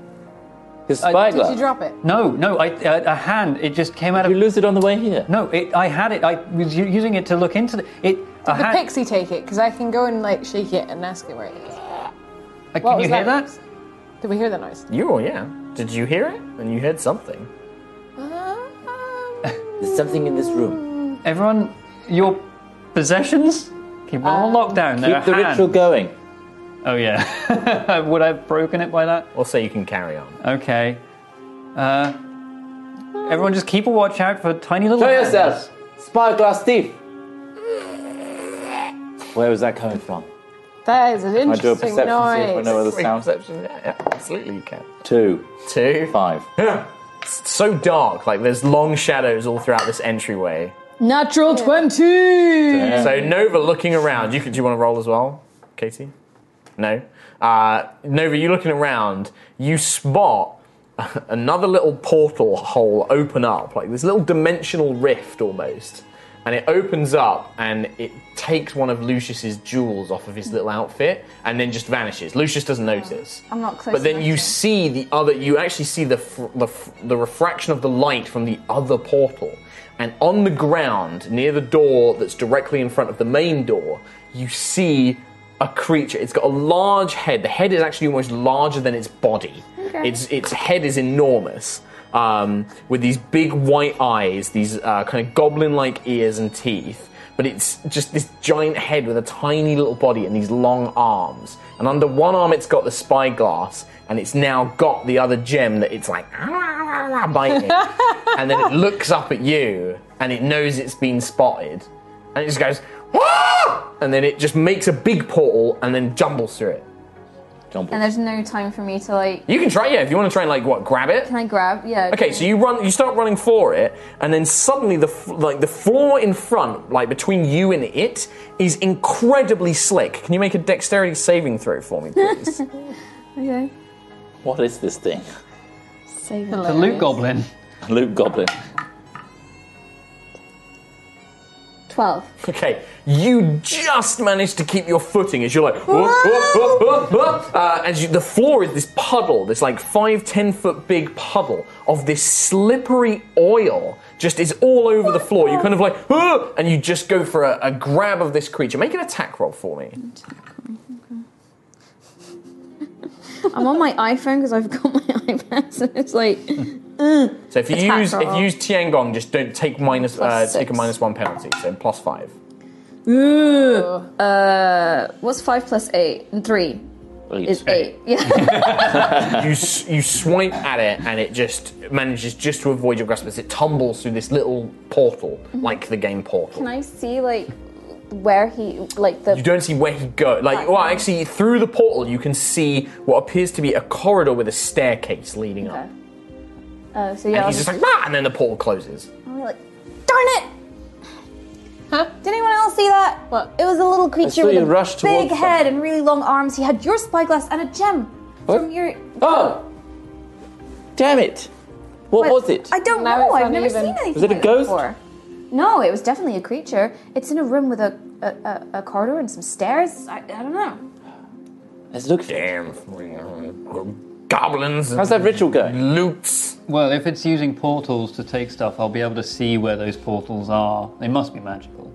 Speaker 6: The
Speaker 5: Did you
Speaker 6: spyglass.
Speaker 5: drop it?
Speaker 1: No, no, I, a, a hand. It just came out
Speaker 6: You
Speaker 1: of.
Speaker 6: lose it on the way here.
Speaker 1: No, it, I had it. I was u- using it to look into the, it. a
Speaker 5: The
Speaker 1: hand,
Speaker 5: pixie take it because I can go and like shake it and ask it where it is.
Speaker 1: Uh,
Speaker 5: What
Speaker 1: Can you
Speaker 5: was
Speaker 1: hear
Speaker 5: that
Speaker 1: that?
Speaker 5: Did we hear the noise?
Speaker 2: you, oh yeah. Did you hear it? And you heard something.
Speaker 5: Um,
Speaker 6: There's something in this room.
Speaker 1: Everyone, your possessions. Keep them on lockdown. They're
Speaker 6: Keep the
Speaker 1: a hand.
Speaker 6: ritual going.
Speaker 1: Oh yeah. Would I have broken it by that?
Speaker 2: Or say you can carry on.
Speaker 1: Okay. Uh, everyone, just keep a watch out for tiny little.
Speaker 6: Show
Speaker 1: hands.
Speaker 6: yourself, spyglass thief. Where was that coming from?
Speaker 5: That is an
Speaker 6: I do a
Speaker 5: interesting
Speaker 6: perception see if I
Speaker 5: noise.
Speaker 6: know where the sound.
Speaker 2: Perception, yeah, yeah, absolutely you can.
Speaker 6: Two,
Speaker 2: Two.
Speaker 6: five.
Speaker 2: It's so dark, like there's long shadows all throughout this entryway.
Speaker 5: Natural twenty.
Speaker 2: So Nova looking around, you could, do you want to roll as well, Katie? No. Uh, Nova, you looking around, you spot another little portal hole open up, like this little dimensional rift almost. And it opens up and it takes one of Lucius's jewels off of his little outfit and then just vanishes. Lucius doesn't notice.
Speaker 3: I'm not close
Speaker 2: But then
Speaker 3: enough
Speaker 2: you
Speaker 3: to-
Speaker 2: see the other, you actually see the, fr- the, f- the refraction of the light from the other portal. And on the ground, near the door that's directly in front of the main door, you see a creature. It's got a large head. The head is actually almost larger than its body. Its, its head is enormous. um, with these big white eyes, these uh, kind of goblin-like ears and teeth. But it's just this giant head with a tiny little body and these long arms. And under one arm, it's got the spyglass, and it's now got the other gem that it's like biting. and then it looks up at you, and it knows it's been spotted, and it just goes. "Wah!" And then it just makes a big portal and then jumbles through it.
Speaker 6: Jumbles.
Speaker 7: And there's no time for me to like.
Speaker 2: You can try, yeah, if you want to try and like what, grab it.
Speaker 7: Can I grab? Yeah.
Speaker 2: Okay, so you run, you start running for it, and then suddenly the f- like the floor in front, like between you and it, is incredibly slick. Can you make a dexterity saving throw for me, please?
Speaker 7: Okay.
Speaker 6: What is this thing?
Speaker 7: Save it.
Speaker 1: The loot goblin.
Speaker 6: Loot goblin.
Speaker 7: Twelve.
Speaker 2: okay, you just manage to keep your footing as you're like, whoop, whoop, whoop, whoop, whoop. Uh, as you, the floor is this puddle, this like five, ten foot big puddle of this slippery oil. Just is all over the floor. You kind of like, "Ah," and you just go for a, a grab of this creature. Make an attack roll for me.
Speaker 7: I'm on my iPhone because I've got my iPad, so it's like
Speaker 2: So if you
Speaker 7: Attack
Speaker 2: use if
Speaker 7: roll.
Speaker 2: you use Tiangong, just don't take minus uh,
Speaker 7: Plus
Speaker 2: take a
Speaker 7: six.
Speaker 2: minus one penalty. So plus five.
Speaker 7: Uh, what's five plus eight and three is eight. Yeah.
Speaker 2: you s- you swipe at it and it just manages just to avoid your grasp as it tumbles through this little portal, like the game portal.
Speaker 7: Mm-hmm. Can I see like where he like the
Speaker 2: You don't see where he go. Like, well, actually, through the portal, you can see what appears to be a corridor with a staircase leading up.
Speaker 7: Okay. Uh, so
Speaker 2: And
Speaker 7: yeah.
Speaker 2: he's
Speaker 7: I'll-
Speaker 2: just like, ah! and then the portal closes.
Speaker 7: I'll be like, darn it! Huh? Did anyone else see that?
Speaker 5: What?
Speaker 7: It was a little creature
Speaker 6: saw
Speaker 7: with
Speaker 6: you
Speaker 7: a
Speaker 6: rush
Speaker 7: big
Speaker 6: towards
Speaker 7: head
Speaker 6: them.
Speaker 7: and really long arms. He had your spyglass and a gem
Speaker 6: What?
Speaker 7: from your.
Speaker 6: Oh! Damn it! What was it?
Speaker 7: I don't
Speaker 5: Now
Speaker 7: know.
Speaker 5: it's
Speaker 7: I've never
Speaker 5: uneven.
Speaker 7: seen anything.
Speaker 6: Was it a
Speaker 7: like
Speaker 6: ghost?
Speaker 7: That before. No, it was definitely a creature. It's in a room with a a, a, a corridor and some stairs. I, I don't know.
Speaker 6: Let's look.
Speaker 2: Damn, goblins.
Speaker 6: How's that ritual going?
Speaker 2: Loots.
Speaker 1: Well, if it's using portals to take stuff, I'll be able to see where those portals are. They must be magical.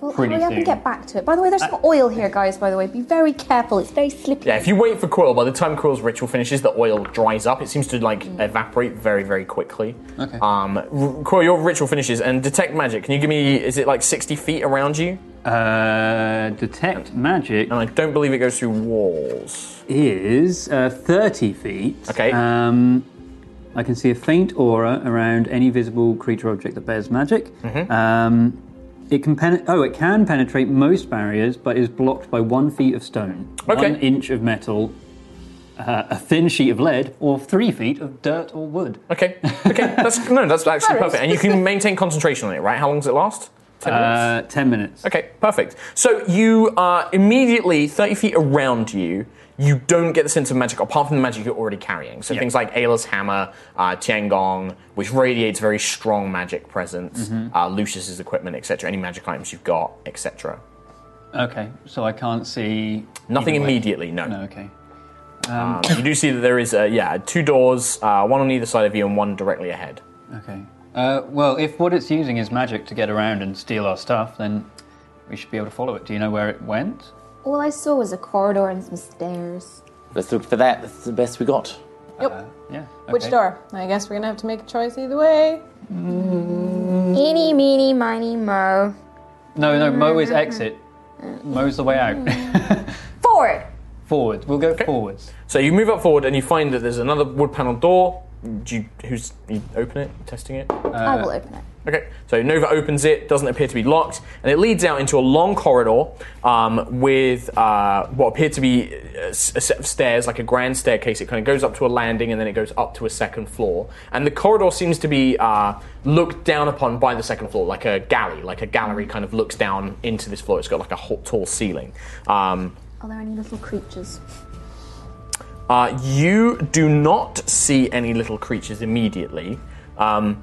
Speaker 7: Well,
Speaker 1: Pretty
Speaker 7: hurry up and
Speaker 1: soon.
Speaker 7: get back to it. By the way, there's some oil here, guys. By the way, be very careful. It's very slippery.
Speaker 2: Yeah, if you wait for Quill, by the time Quill's ritual finishes, the oil dries up. It seems to like evaporate very, very quickly.
Speaker 1: Okay.
Speaker 2: Um, R- Quill, your ritual finishes and detect magic. Can you give me? Is it like sixty feet around you?
Speaker 1: Uh, detect magic
Speaker 2: And I don't believe it goes through walls.
Speaker 1: is uh, 30 feet.
Speaker 2: Okay.
Speaker 1: Um, I can see a faint aura around any visible creature or object that bears magic.
Speaker 2: Mm-hmm.
Speaker 1: Um, it can pen- oh, it can penetrate most barriers, but is blocked by one feet of stone,
Speaker 2: Okay.
Speaker 1: one inch of metal, uh, a thin sheet of lead, or three feet of dirt or wood.
Speaker 2: Okay. Okay. That's no. That's actually
Speaker 5: Very
Speaker 2: perfect. And you can maintain concentration on it, right? How long does it last? Ten minutes.
Speaker 1: Uh, ten minutes.
Speaker 2: Okay, perfect. So you are immediately 30 feet around you. You don't get the sense of magic apart from the magic you're already carrying. So things like Ayla's hammer, uh, Tiangong, which radiates very strong magic presence, uh, Lucius's equipment, etc. Any magic items you've got, etc.
Speaker 1: Okay, so I can't see.
Speaker 2: Nothing
Speaker 1: either way.
Speaker 2: immediately, no.
Speaker 1: No, okay.
Speaker 2: Um, you do see that there is, uh, yeah, two doors, uh, one on either side of you and one directly ahead.
Speaker 1: Okay. Uh, well, if what it's using is magic to get around and steal our stuff, then we should be able to follow it. Do you know where it went?
Speaker 7: All I saw was a corridor and some stairs.
Speaker 6: Let's look for that. That's the best we got.
Speaker 5: Yep.
Speaker 1: Yeah. Okay.
Speaker 5: Which door? I guess we're gonna have to make a choice either way.
Speaker 7: Eeny, meeny, miny, mo.
Speaker 1: No, no. Mo
Speaker 5: Mm-hmm.
Speaker 1: is exit. Mo's the way out.
Speaker 7: Forward.
Speaker 1: forward. We'll go forwards.
Speaker 2: So you move up forward and you find that there's another wood panel door. Do you, who's, you open it, testing it?
Speaker 7: I will open it.
Speaker 2: Okay, so Nova opens it, doesn't appear to be locked, and it leads out into a long corridor um, with uh, what appear to be a, s- a set of stairs, like a grand staircase. It kind of goes up to a landing and then it goes up to a second floor. And the corridor seems to be uh, looked down upon by the second floor, like a galley, like a gallery kind of looks down into this floor. It's got like a ho- tall ceiling. Um,
Speaker 7: Are there any little creatures?
Speaker 2: uh, you do not see any little creatures immediately, um,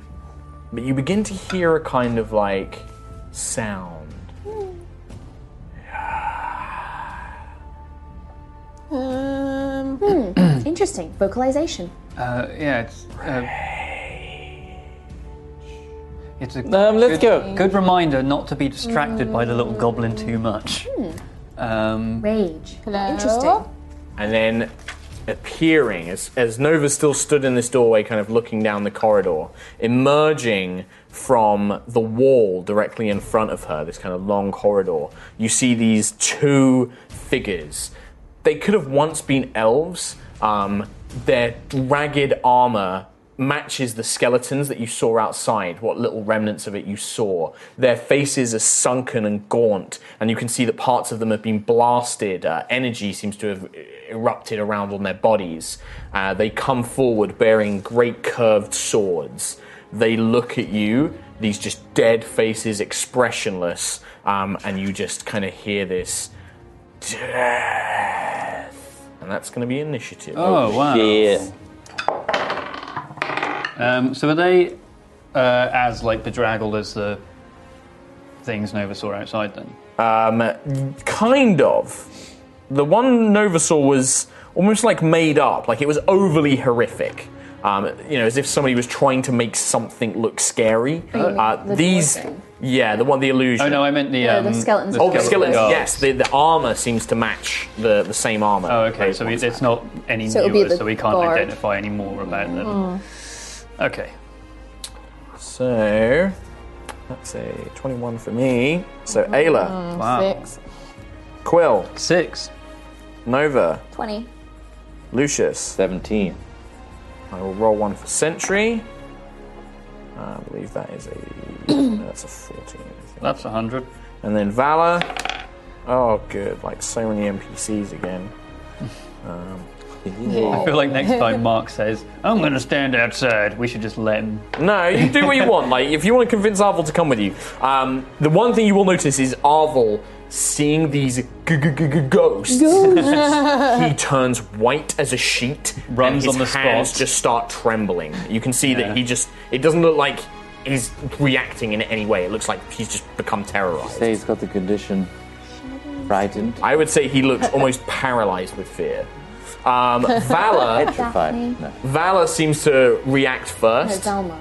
Speaker 2: but you begin to hear a kind of like sound.
Speaker 5: Um,
Speaker 2: Hmm.
Speaker 7: Interesting. Vocalization.
Speaker 1: Uh, yeah. It's. Uh, it's a
Speaker 6: Um, let's
Speaker 1: good,
Speaker 6: go.
Speaker 1: Good reminder not to be distracted by the
Speaker 5: Mm.
Speaker 1: little
Speaker 5: Hmm.
Speaker 1: goblin too much. Um,
Speaker 7: Rage.
Speaker 5: hello?
Speaker 7: Interesting.
Speaker 2: And then appearing as, as Nova still stood in this doorway, kind of looking down the corridor, emerging from the wall directly in front of her, this kind of long corridor. You see these two figures. They could have once been elves. Um, their ragged armor matches the skeletons that you saw outside, what little remnants of it you saw. Their faces are sunken and gaunt, and you can see that parts of them have been blasted. Uh, energy seems to have erupted around on their bodies. Uh, they come forward bearing great curved swords. They look at you, these just dead faces, expressionless, um, and you just kind of hear this. Death. And that's going to be initiative.
Speaker 1: Oh, wow.
Speaker 6: Yeah.
Speaker 1: Um, so are they uh, as like bedraggled as the things Nova saw outside then?
Speaker 2: Um, kind of. The one Nova saw was almost like made up, like it was overly horrific. Um, you know, as if somebody was trying to make something look scary. Uh,
Speaker 3: the
Speaker 2: these,
Speaker 3: dwarf thing?
Speaker 2: yeah, the one, the illusion.
Speaker 1: Oh no, I meant the
Speaker 3: No,
Speaker 1: um,
Speaker 3: the skeletons.
Speaker 2: Oh, the
Speaker 3: Skeleton
Speaker 2: skeleton.
Speaker 1: guards.
Speaker 2: Yes, the, the armor seems to match the, the same armor.
Speaker 1: Oh, okay. So we,
Speaker 2: Those ones.
Speaker 1: it's not any
Speaker 3: So it'll be
Speaker 1: newer,
Speaker 3: the
Speaker 1: so we can't
Speaker 3: guard. Oh.
Speaker 1: identify any more about them. Okay.
Speaker 2: so that's a twenty-one for me. So
Speaker 3: Oh,
Speaker 2: Ayla,
Speaker 1: Wow.
Speaker 5: Six.
Speaker 2: Quill,
Speaker 1: Six.
Speaker 2: Nova,
Speaker 7: 20.
Speaker 2: Lucius.
Speaker 6: 17.
Speaker 2: I will roll one for Sentry. I believe that is a that's a fourteen. I think.
Speaker 1: That's a hundred.
Speaker 2: And then Valor. Oh, good. Like so many NPCs again.
Speaker 1: I feel like next time Mark says, "I'm going to stand outside," we should just let him.
Speaker 2: No, you do what you want. Like, if you want to convince Arvel to come with you, um, the one thing you will notice is Arvel seeing these g- g- g- g- ghosts. he turns white as a sheet.
Speaker 1: Runs
Speaker 2: and his
Speaker 1: on the
Speaker 2: hands
Speaker 1: spot.
Speaker 2: just start trembling. You can see
Speaker 1: Yeah.
Speaker 2: that he just. It doesn't look like he's reacting in any way. It looks like he's just become terrorized.
Speaker 6: Say he's got the condition. Frightened.
Speaker 2: I would say he looks almost paralyzed with fear. Um, Valor,
Speaker 6: Petrified.
Speaker 3: Daphne.
Speaker 6: No.
Speaker 2: Valor seems to react first.
Speaker 3: Zelma.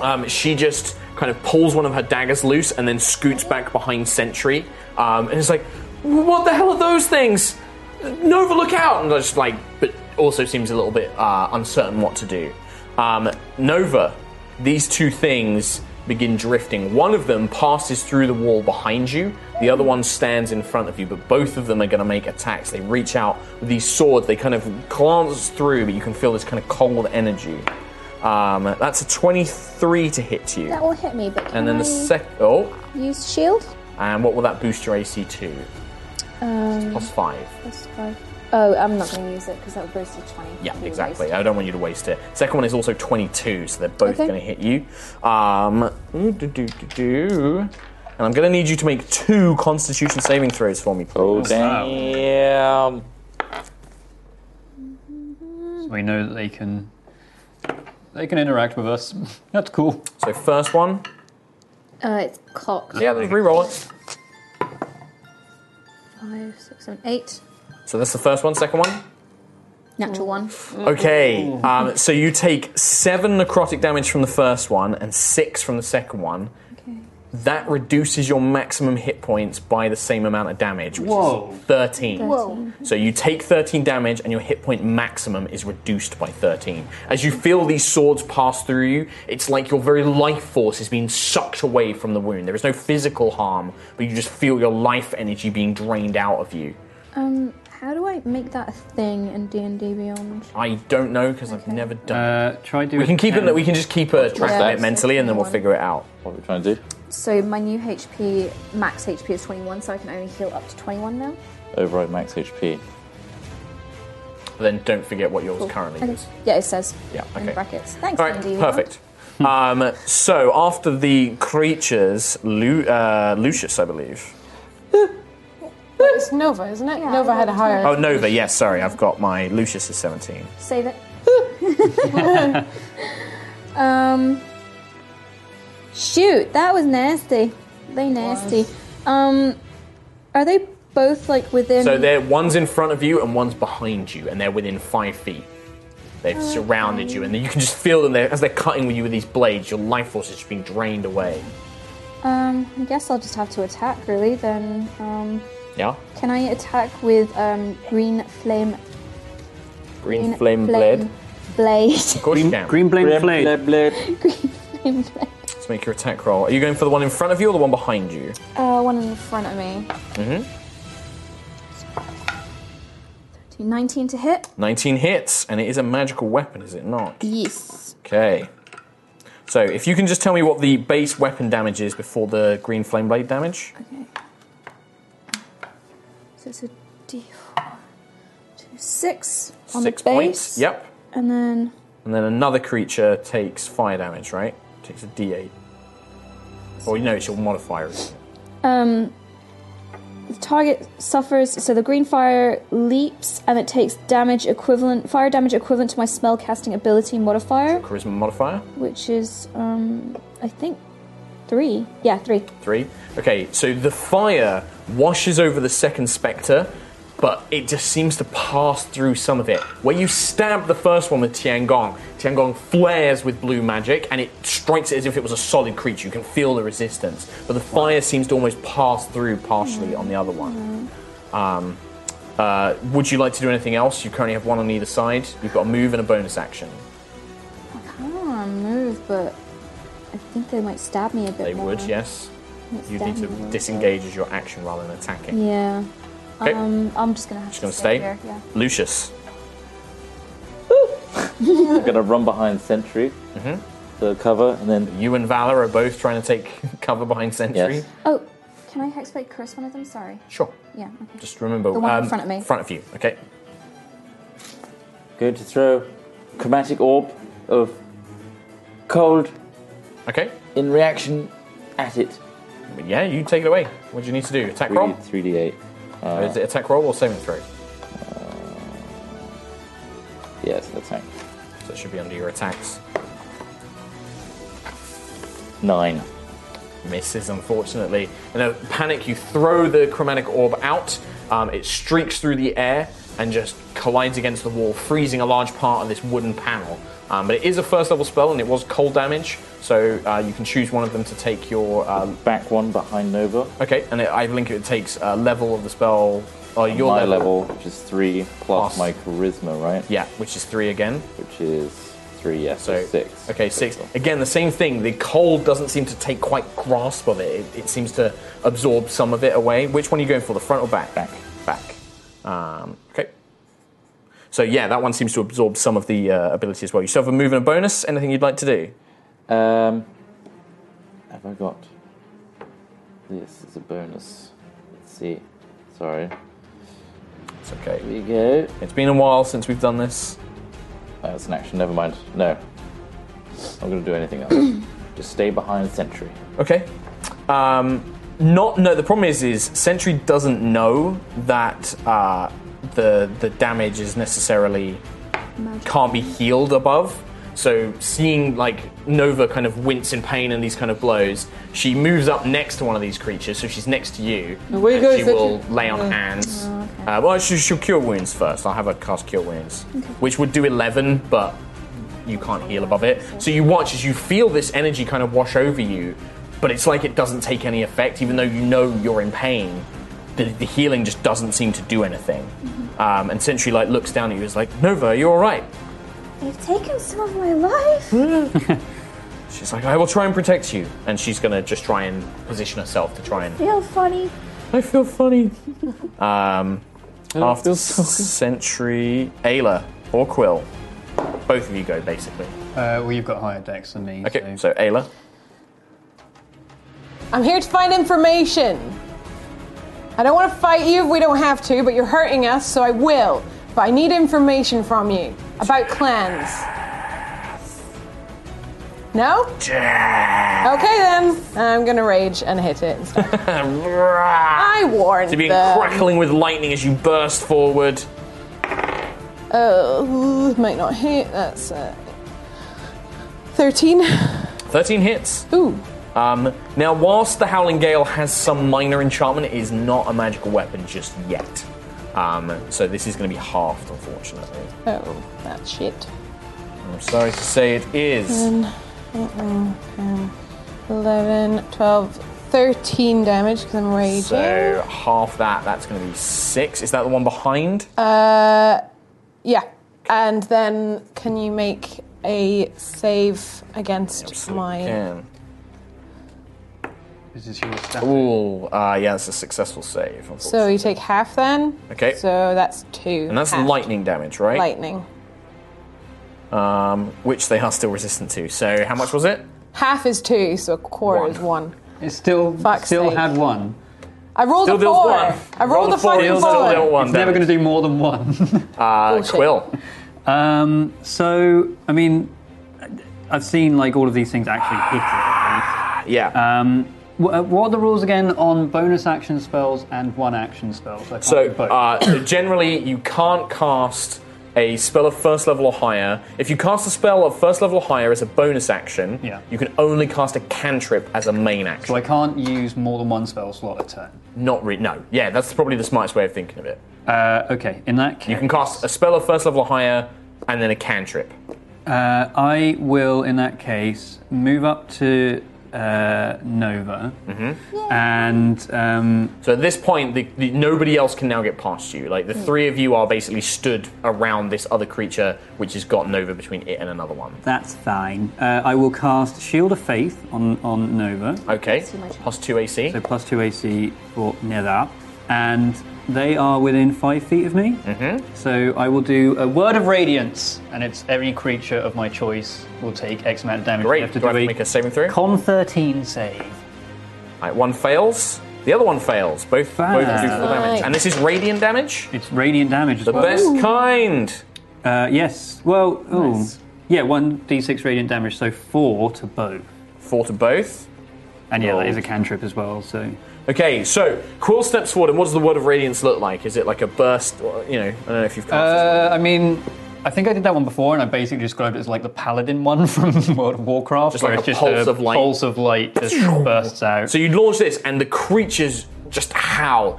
Speaker 2: Um, she just kind of pulls one of her daggers loose and then scoots back behind Sentry. Um, and is like, "What the hell are those things? Nova, look out!" And just like, but also seems a little bit uh, uncertain what to do. Um, Nova, these two things begin drifting. One of them passes through the wall behind you. The other one stands in front of you, but both of them are going to make attacks. They reach out with these swords. They kind of glance through, but you can feel this kind of cold energy. Um, that's a 23 to hit you.
Speaker 7: That will hit me, but can
Speaker 2: and then
Speaker 7: I
Speaker 2: the second. Oh,
Speaker 7: use shield?
Speaker 2: and what will that boost your AC to?
Speaker 7: Um,
Speaker 2: Plus 5.
Speaker 7: plus five. Oh, I'm not going to use it because that would burst to 20.
Speaker 2: Yeah,
Speaker 7: Really
Speaker 2: exactly.
Speaker 7: waste.
Speaker 2: I don't want you to waste it. Second one is also 22, so they're both
Speaker 7: Okay.
Speaker 2: going to hit you. Um, ooh, do, do, do, do. And I'm going to need you to make two Constitution saving throws for me, please.
Speaker 6: Oh, damn.
Speaker 1: So we know that they can. They can interact with us. That's cool.
Speaker 2: So first one.
Speaker 3: Uh, it's cocked.
Speaker 2: Yeah, let's re-roll it.
Speaker 3: Five, six, seven, eight.
Speaker 2: So that's the first one. Second one.
Speaker 3: Natural one.
Speaker 2: Okay, um, so you take seven necrotic damage from the first one and six from the second one.
Speaker 3: Okay.
Speaker 2: That reduces your maximum hit points by the same amount of damage, which
Speaker 1: Whoa.
Speaker 2: is 13.
Speaker 3: Whoa.
Speaker 2: So you take 13 damage and your hit point maximum is reduced by 13. As you feel these swords pass through you, it's like your very life force is being sucked away from the wound. There is no physical harm, but you just feel your life energy being drained out of you.
Speaker 3: Um, how do I make that a thing in D and D Beyond?
Speaker 2: I don't know because I've never done it.
Speaker 1: Uh, try do.
Speaker 2: We can keep it. We can just keep a track
Speaker 3: Yeah.
Speaker 2: of it mentally, and then we'll figure it out.
Speaker 6: What are we trying to do?
Speaker 3: So my new HP, max HP is 21, so I can only heal up to 21 now.
Speaker 6: Override max HP.
Speaker 2: Then don't forget what yours currently is.
Speaker 3: Yeah, it says.
Speaker 2: Yeah, okay.
Speaker 3: In brackets. Thanks,
Speaker 2: All
Speaker 3: D&D
Speaker 2: right,
Speaker 3: Beyond.
Speaker 2: perfect. um, so after the creatures, Lu- uh, Lucius, I believe.
Speaker 5: It's Nova, isn't it?
Speaker 3: Yeah,
Speaker 5: Nova
Speaker 3: I
Speaker 5: had a
Speaker 3: rolled
Speaker 5: higher.
Speaker 2: Oh, Nova. Yes, sorry, I've got my Lucius is seventeen.
Speaker 3: Save it. um, shoot, that was nasty. They
Speaker 6: Oh,
Speaker 3: nasty. Um, are they both like within?
Speaker 2: So they're one's in front of you and one's behind you, and they're within five feet. They've
Speaker 3: Oh,
Speaker 2: surrounded you, and you can just feel them there as they're cutting with you with these blades. Your life force is just being drained away.
Speaker 3: um, I guess I'll just have to attack. Really, then. Um,
Speaker 2: Yeah.
Speaker 3: can I attack with um green flame
Speaker 6: Green flame blade.
Speaker 3: Blade.
Speaker 2: Of course you can.
Speaker 6: Blade, blade, blade.
Speaker 3: Flame blade.
Speaker 2: Let's make your attack roll. Are you going for the one in front of you or the one behind you?
Speaker 3: Uh, one in front of me.
Speaker 2: Mm-hmm.
Speaker 3: 19 to hit.
Speaker 2: 19 hits, and it is a magical weapon, is it not?
Speaker 3: Yes.
Speaker 2: Okay. So if you can just tell me what the base weapon damage is before the green flame blade damage.
Speaker 3: Okay. So it's a D4, two, six on
Speaker 2: Six
Speaker 3: the base.
Speaker 2: points. Yep.
Speaker 3: And then
Speaker 2: And then another creature takes fire damage, right? Takes a D8. Or no, it's your modifier. isn't it?
Speaker 3: um, the target suffers. So the green fire leaps, and it takes damage equivalent fire damage equivalent to my spell casting ability modifier,
Speaker 2: Charisma modifier.
Speaker 3: which is um, I think three. Yeah, three.
Speaker 2: Three. Okay, so the fire washes over the second spectre, but it just seems to pass through some of it. Where you stab the first one with Tiangong, Tiangong flares with blue magic and it strikes it as if it was a solid creature. You can feel the resistance, but the fire seems to almost pass through partially on the other one. Um, uh, would you like to do anything else? You currently have one on either side. You've got a move and a bonus action.
Speaker 3: I kind of want to move, but I think they might stab me a bit.
Speaker 2: They
Speaker 3: more.
Speaker 2: would, yes.
Speaker 3: It's
Speaker 2: You'd need to
Speaker 3: definitely-
Speaker 2: disengage as your action rather than attacking.
Speaker 3: Yeah.
Speaker 2: Okay.
Speaker 7: Mm,
Speaker 3: Um, I'm just gonna have
Speaker 2: Just
Speaker 3: to
Speaker 2: gonna stay.
Speaker 3: here. Yeah.
Speaker 2: Lucius.
Speaker 6: I'm gonna run behind Sentry
Speaker 2: Mm-hmm.
Speaker 6: to cover, and then
Speaker 2: You and Valor are both trying to take cover behind Sentry.
Speaker 6: Yes.
Speaker 3: Oh, can I hexblade curse one of them? Sorry.
Speaker 2: Sure.
Speaker 3: Yeah. Okay.
Speaker 2: Just remember. um,
Speaker 3: The one in front of me.
Speaker 2: Front of you. Okay.
Speaker 6: going to throw chromatic orb of cold
Speaker 2: Okay.
Speaker 6: in reaction at it.
Speaker 2: But yeah, you take it away. What do you need to do? Attack roll.
Speaker 6: 3d8.
Speaker 2: Is it attack roll or saving throw?
Speaker 6: Yes, that's right.
Speaker 2: So it should be under your attacks.
Speaker 6: Nine.
Speaker 2: Misses, unfortunately. In a panic, you throw the chromatic orb out. Um, it streaks through the air and just collides against the wall, freezing a large part of this wooden panel. Um, but it is a first level spell and it was cold damage, so uh, you can choose one of them to take your um,
Speaker 6: Back one behind Nova.
Speaker 2: Okay, and it, I think it takes a level of the spell, or your
Speaker 6: my
Speaker 2: level.
Speaker 6: level, which is three plus
Speaker 2: Plus.
Speaker 6: my charisma, right?
Speaker 2: Yeah, which is three again.
Speaker 6: Which is three, yes,
Speaker 2: So
Speaker 6: six.
Speaker 2: Okay, six. Again, the same thing. The cold doesn't seem to take quite grasp of it. It, it seems to absorb some of it away. Which one are you going for, the front or back?
Speaker 6: Back.
Speaker 2: Back. Um, okay. So yeah, that one seems to absorb some of the uh, ability as well. You still have a move and a bonus. Anything you'd like to do?
Speaker 6: Um, have I got this? Is a bonus. Let's see. Sorry.
Speaker 2: It's okay.
Speaker 6: Here we go. Oh,
Speaker 2: It's been a while since we've done this.
Speaker 6: That's an action. Never mind. No. I'm gonna do anything else. Just stay behind sentry.
Speaker 2: Okay. Um, not no. The problem is, is Sentry doesn't know that uh, the the damage is necessarily can't be healed above. So seeing like Nova kind of wince in pain and these kind of blows, she moves up next to one of these creatures. So she's next to you.
Speaker 5: where
Speaker 2: and
Speaker 5: goes
Speaker 2: she
Speaker 5: that
Speaker 2: will
Speaker 5: you-
Speaker 2: lay on hands.
Speaker 5: Oh,
Speaker 2: uh, well, she, she'll cure wounds first. I'll have her cast cure wounds, which would do eleven, but you can't heal above it. So you watch as you feel this energy kind of wash over you, but it's like it doesn't take any effect, even though you know you're in pain. The, the healing just doesn't seem to do anything.
Speaker 3: Mm-hmm.
Speaker 2: Um, and Sentry like looks down at you, is like, Nova, are you all right?
Speaker 3: They've taken some of my life.
Speaker 2: She's like, I will try and protect you, and she's gonna just try and position herself to try and.
Speaker 3: Feel funny.
Speaker 2: I feel funny. um, after
Speaker 6: feel so good.
Speaker 2: Sentry, Ayla or Quill, both of you go basically.
Speaker 1: Uh, well, you've got higher decks than me.
Speaker 2: Okay,
Speaker 1: so.
Speaker 2: so Ayla,
Speaker 5: I'm here to find information. I don't want to fight you if we don't have to, but you're hurting us, so I will. But I need information from you about clans. No? Okay then. I'm gonna rage and hit it. instead. I warned
Speaker 2: To being
Speaker 5: them.
Speaker 2: crackling with lightning as you burst forward.
Speaker 5: Oh, might not hit. That's uh, 13.
Speaker 2: 13 hits.
Speaker 5: Ooh.
Speaker 2: Um, now, whilst the Howling Gale has some minor enchantment, it is not a magical weapon just yet. Um, so this is going to be halved, unfortunately.
Speaker 5: Oh, that shit.
Speaker 2: I'm sorry to say it is.
Speaker 5: 10, Mm, 11, 12, 13 damage because I'm raging.
Speaker 2: So half that, that's going to be six. Is that the one behind?
Speaker 5: Uh, yeah. And then can you make a save against my.
Speaker 2: Can.
Speaker 1: This is your stat.
Speaker 2: Ooh, uh, yeah, that's a successful save.
Speaker 5: So you take half then?
Speaker 2: Okay.
Speaker 5: So that's two.
Speaker 2: and that's
Speaker 5: half.
Speaker 2: lightning damage, right?
Speaker 5: Lightning.
Speaker 2: Um, which they are still resistant to. So how much was it?
Speaker 5: Half is two, so a quarter
Speaker 2: One.
Speaker 5: is one.
Speaker 1: It still
Speaker 5: Fuck's
Speaker 1: still
Speaker 5: sake.
Speaker 1: had one.
Speaker 5: I rolled
Speaker 2: Still
Speaker 5: a
Speaker 2: deals
Speaker 5: four.
Speaker 2: one.
Speaker 5: I rolled
Speaker 2: Roll
Speaker 5: a
Speaker 2: the four,
Speaker 5: fucking
Speaker 2: deals
Speaker 5: four.
Speaker 2: Oh, still deal one.
Speaker 1: It's never going to do more than one.
Speaker 2: Uh,
Speaker 5: Bullshit.
Speaker 2: Quill.
Speaker 1: um, so I mean, I've seen like all of these things actually hit it. at
Speaker 2: Yeah.
Speaker 1: least. Wh- uh, What are the rules again on bonus action spells and one action spells? I can't
Speaker 2: So,
Speaker 1: do both.
Speaker 2: uh, so generally, you can't cast a spell of first level or higher. If you cast a spell of first level or higher as a bonus action,
Speaker 1: Yeah.
Speaker 2: you can only cast a cantrip as a main action.
Speaker 1: so I can't use more than one spell slot a turn.
Speaker 2: Not re- no. Yeah, that's probably the smartest way of thinking of it.
Speaker 1: Uh, okay, in that case,
Speaker 2: You can cast a spell of first level or higher, and then a cantrip.
Speaker 1: Uh, I will, in that case, move up to uh, Nova,
Speaker 2: Mm-hmm.
Speaker 1: and um,
Speaker 2: So at this point, the, the, nobody else can now get past you. Like the
Speaker 7: Hmm.
Speaker 2: three of you are basically stood around this other creature, which has gotten over between it and another one.
Speaker 1: that's fine. Uh, I will cast Shield of Faith on on Nova,
Speaker 2: Okay,
Speaker 7: Too much.
Speaker 2: plus two AC.
Speaker 1: so plus two AC for Nether, and they are within five feet of me. Mm-hmm. So I will do a Word of Radiance, and it's every creature of my choice will take X amount of damage.
Speaker 2: Great.
Speaker 1: You have to
Speaker 2: Do I
Speaker 1: do
Speaker 2: have to make a saving throw?
Speaker 1: Con thirteen save.
Speaker 2: Right, one fails, the other one fails. Both both do full damage, and this is radiant damage.
Speaker 1: It's radiant damage. As
Speaker 2: The
Speaker 1: well.
Speaker 2: best kind.
Speaker 1: Uh, yes. Well, ooh. yeah, one d6 radiant damage, so four to both.
Speaker 2: Four to both.
Speaker 1: And yeah,
Speaker 2: Roll.
Speaker 1: that is a cantrip as well. So
Speaker 2: Okay, so Quill steps forward, and what does the word of radiance look like? Is it like a burst? Or, you know, I don't know if you've cast this.
Speaker 1: Uh, I mean, I think I did that one before, and I basically described it as like the paladin one from World of Warcraft,
Speaker 2: Just
Speaker 1: where
Speaker 2: like
Speaker 1: it's
Speaker 2: a
Speaker 1: just
Speaker 2: pulse
Speaker 1: a
Speaker 2: of light.
Speaker 1: pulse of light that bursts out.
Speaker 2: So you launch this, and the creatures just howl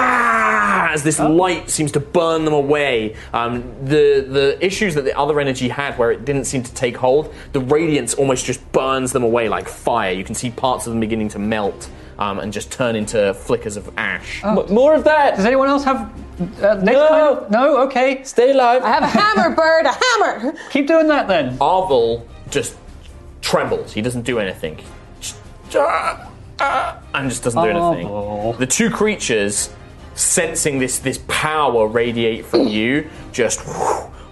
Speaker 2: "Ah!" as this light seems to burn them away. Um, the the issues that the other energy had, where it didn't seem to take hold, the radiance almost just burns them away like fire. You can see parts of them beginning to melt um, and just turn into flickers of ash.
Speaker 6: M- more of that.
Speaker 1: Does anyone else have uh, next
Speaker 6: No.
Speaker 1: kind of- No. Okay.
Speaker 6: Stay alive.
Speaker 5: I have a hammer, bird, a hammer!
Speaker 1: Keep doing that then.
Speaker 2: Arvel just trembles. He doesn't do anything. Just, "Ah, ah," and just doesn't do anything.
Speaker 1: Arvel.
Speaker 2: The two creatures, sensing this this power radiate from you, just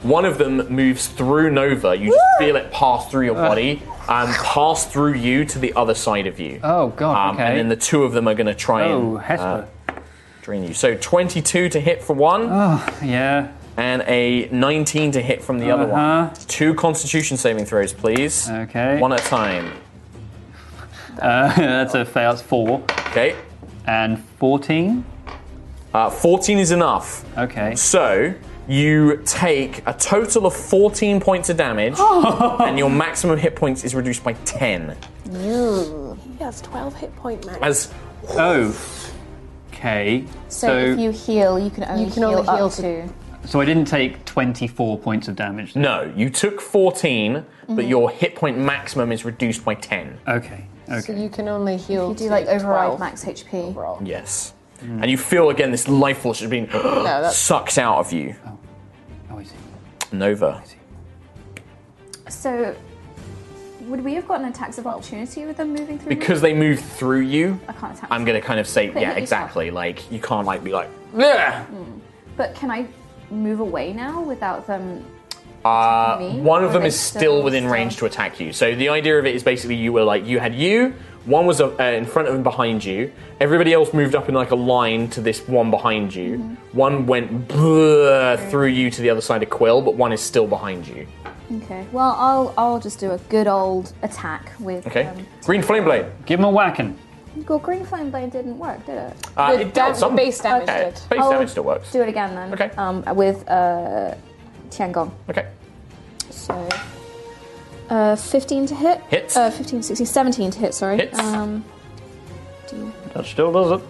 Speaker 2: one of them moves through Nova. You just feel it pass through your
Speaker 1: Uh.
Speaker 2: body and pass through you to the other side of you. Um,
Speaker 1: Oh, God, okay.
Speaker 2: And then the two of them are going to try
Speaker 1: Oh,
Speaker 2: and uh,
Speaker 1: Hesper.
Speaker 2: drain you. So 22 to hit for one
Speaker 1: Oh. yeah.
Speaker 2: and a 19 to hit from the other
Speaker 1: Uh-huh.
Speaker 2: one. Two constitution saving throws, please.
Speaker 1: Okay.
Speaker 2: One at a time.
Speaker 1: Uh, that's a fail. That's four
Speaker 2: Okay.
Speaker 1: and fourteen.
Speaker 2: Uh, 14 is enough.
Speaker 1: Okay.
Speaker 2: So you take a total of 14 points of damage, and your maximum hit points is reduced by 10.
Speaker 5: He has 12 hit point max.
Speaker 2: As
Speaker 1: Oh. Okay.
Speaker 7: So, if you heal, you can only
Speaker 5: You can
Speaker 7: heal,
Speaker 5: only heal
Speaker 7: up to.
Speaker 1: so I didn't take twenty-four points of damage.
Speaker 2: no, you took 14, but
Speaker 5: Mm-hmm.
Speaker 2: your hit point maximum is reduced by 10.
Speaker 1: Okay. Okay.
Speaker 5: So you can only heal.
Speaker 7: You do
Speaker 5: to
Speaker 7: like override
Speaker 5: 12.
Speaker 7: max HP.
Speaker 2: Yes.
Speaker 1: Mm.
Speaker 2: And you feel again this life force just being
Speaker 5: that's-
Speaker 2: sucked out of you.
Speaker 1: Oh, I see.
Speaker 2: Nova.
Speaker 7: So, would we have gotten attacks of opportunity with them moving through?
Speaker 2: because they move through you,
Speaker 7: I can't attack
Speaker 2: I'm going to kind of say,
Speaker 7: But
Speaker 2: yeah,
Speaker 7: hit yourself.
Speaker 2: exactly. Like you can't like be like,
Speaker 7: But can I move away now without them?
Speaker 2: uh,
Speaker 7: Me?
Speaker 2: one of
Speaker 7: Or
Speaker 2: them
Speaker 7: they
Speaker 2: is still
Speaker 7: still
Speaker 2: within
Speaker 7: stuff?
Speaker 2: range to attack you. So the idea of it is basically you were like you had you, one was uh, in front of and behind you. Everybody else moved up in like a line to this one behind you. One went blur through you to the other side of Quill, but one is still behind you.
Speaker 7: Okay. Well, I'll I'll just do a good old attack with.
Speaker 2: Okay,
Speaker 7: um,
Speaker 2: green flame blade.
Speaker 1: Give him a whacking.
Speaker 7: Well, green flame blade didn't work, did it?
Speaker 2: Uh,
Speaker 5: The
Speaker 2: it dealt
Speaker 5: dam-
Speaker 2: some-
Speaker 5: base damage
Speaker 2: Okay,
Speaker 5: did.
Speaker 2: Base
Speaker 7: I'll
Speaker 2: damage still works.
Speaker 7: Do it again then.
Speaker 2: Okay.
Speaker 7: Um, with uh, Tiangong.
Speaker 2: Okay,
Speaker 3: So, uh, 15 to hit.
Speaker 2: Hits.
Speaker 3: Uh, 15, 16, 17 to hit, sorry.
Speaker 2: Hits.
Speaker 3: Um,
Speaker 1: That still does it.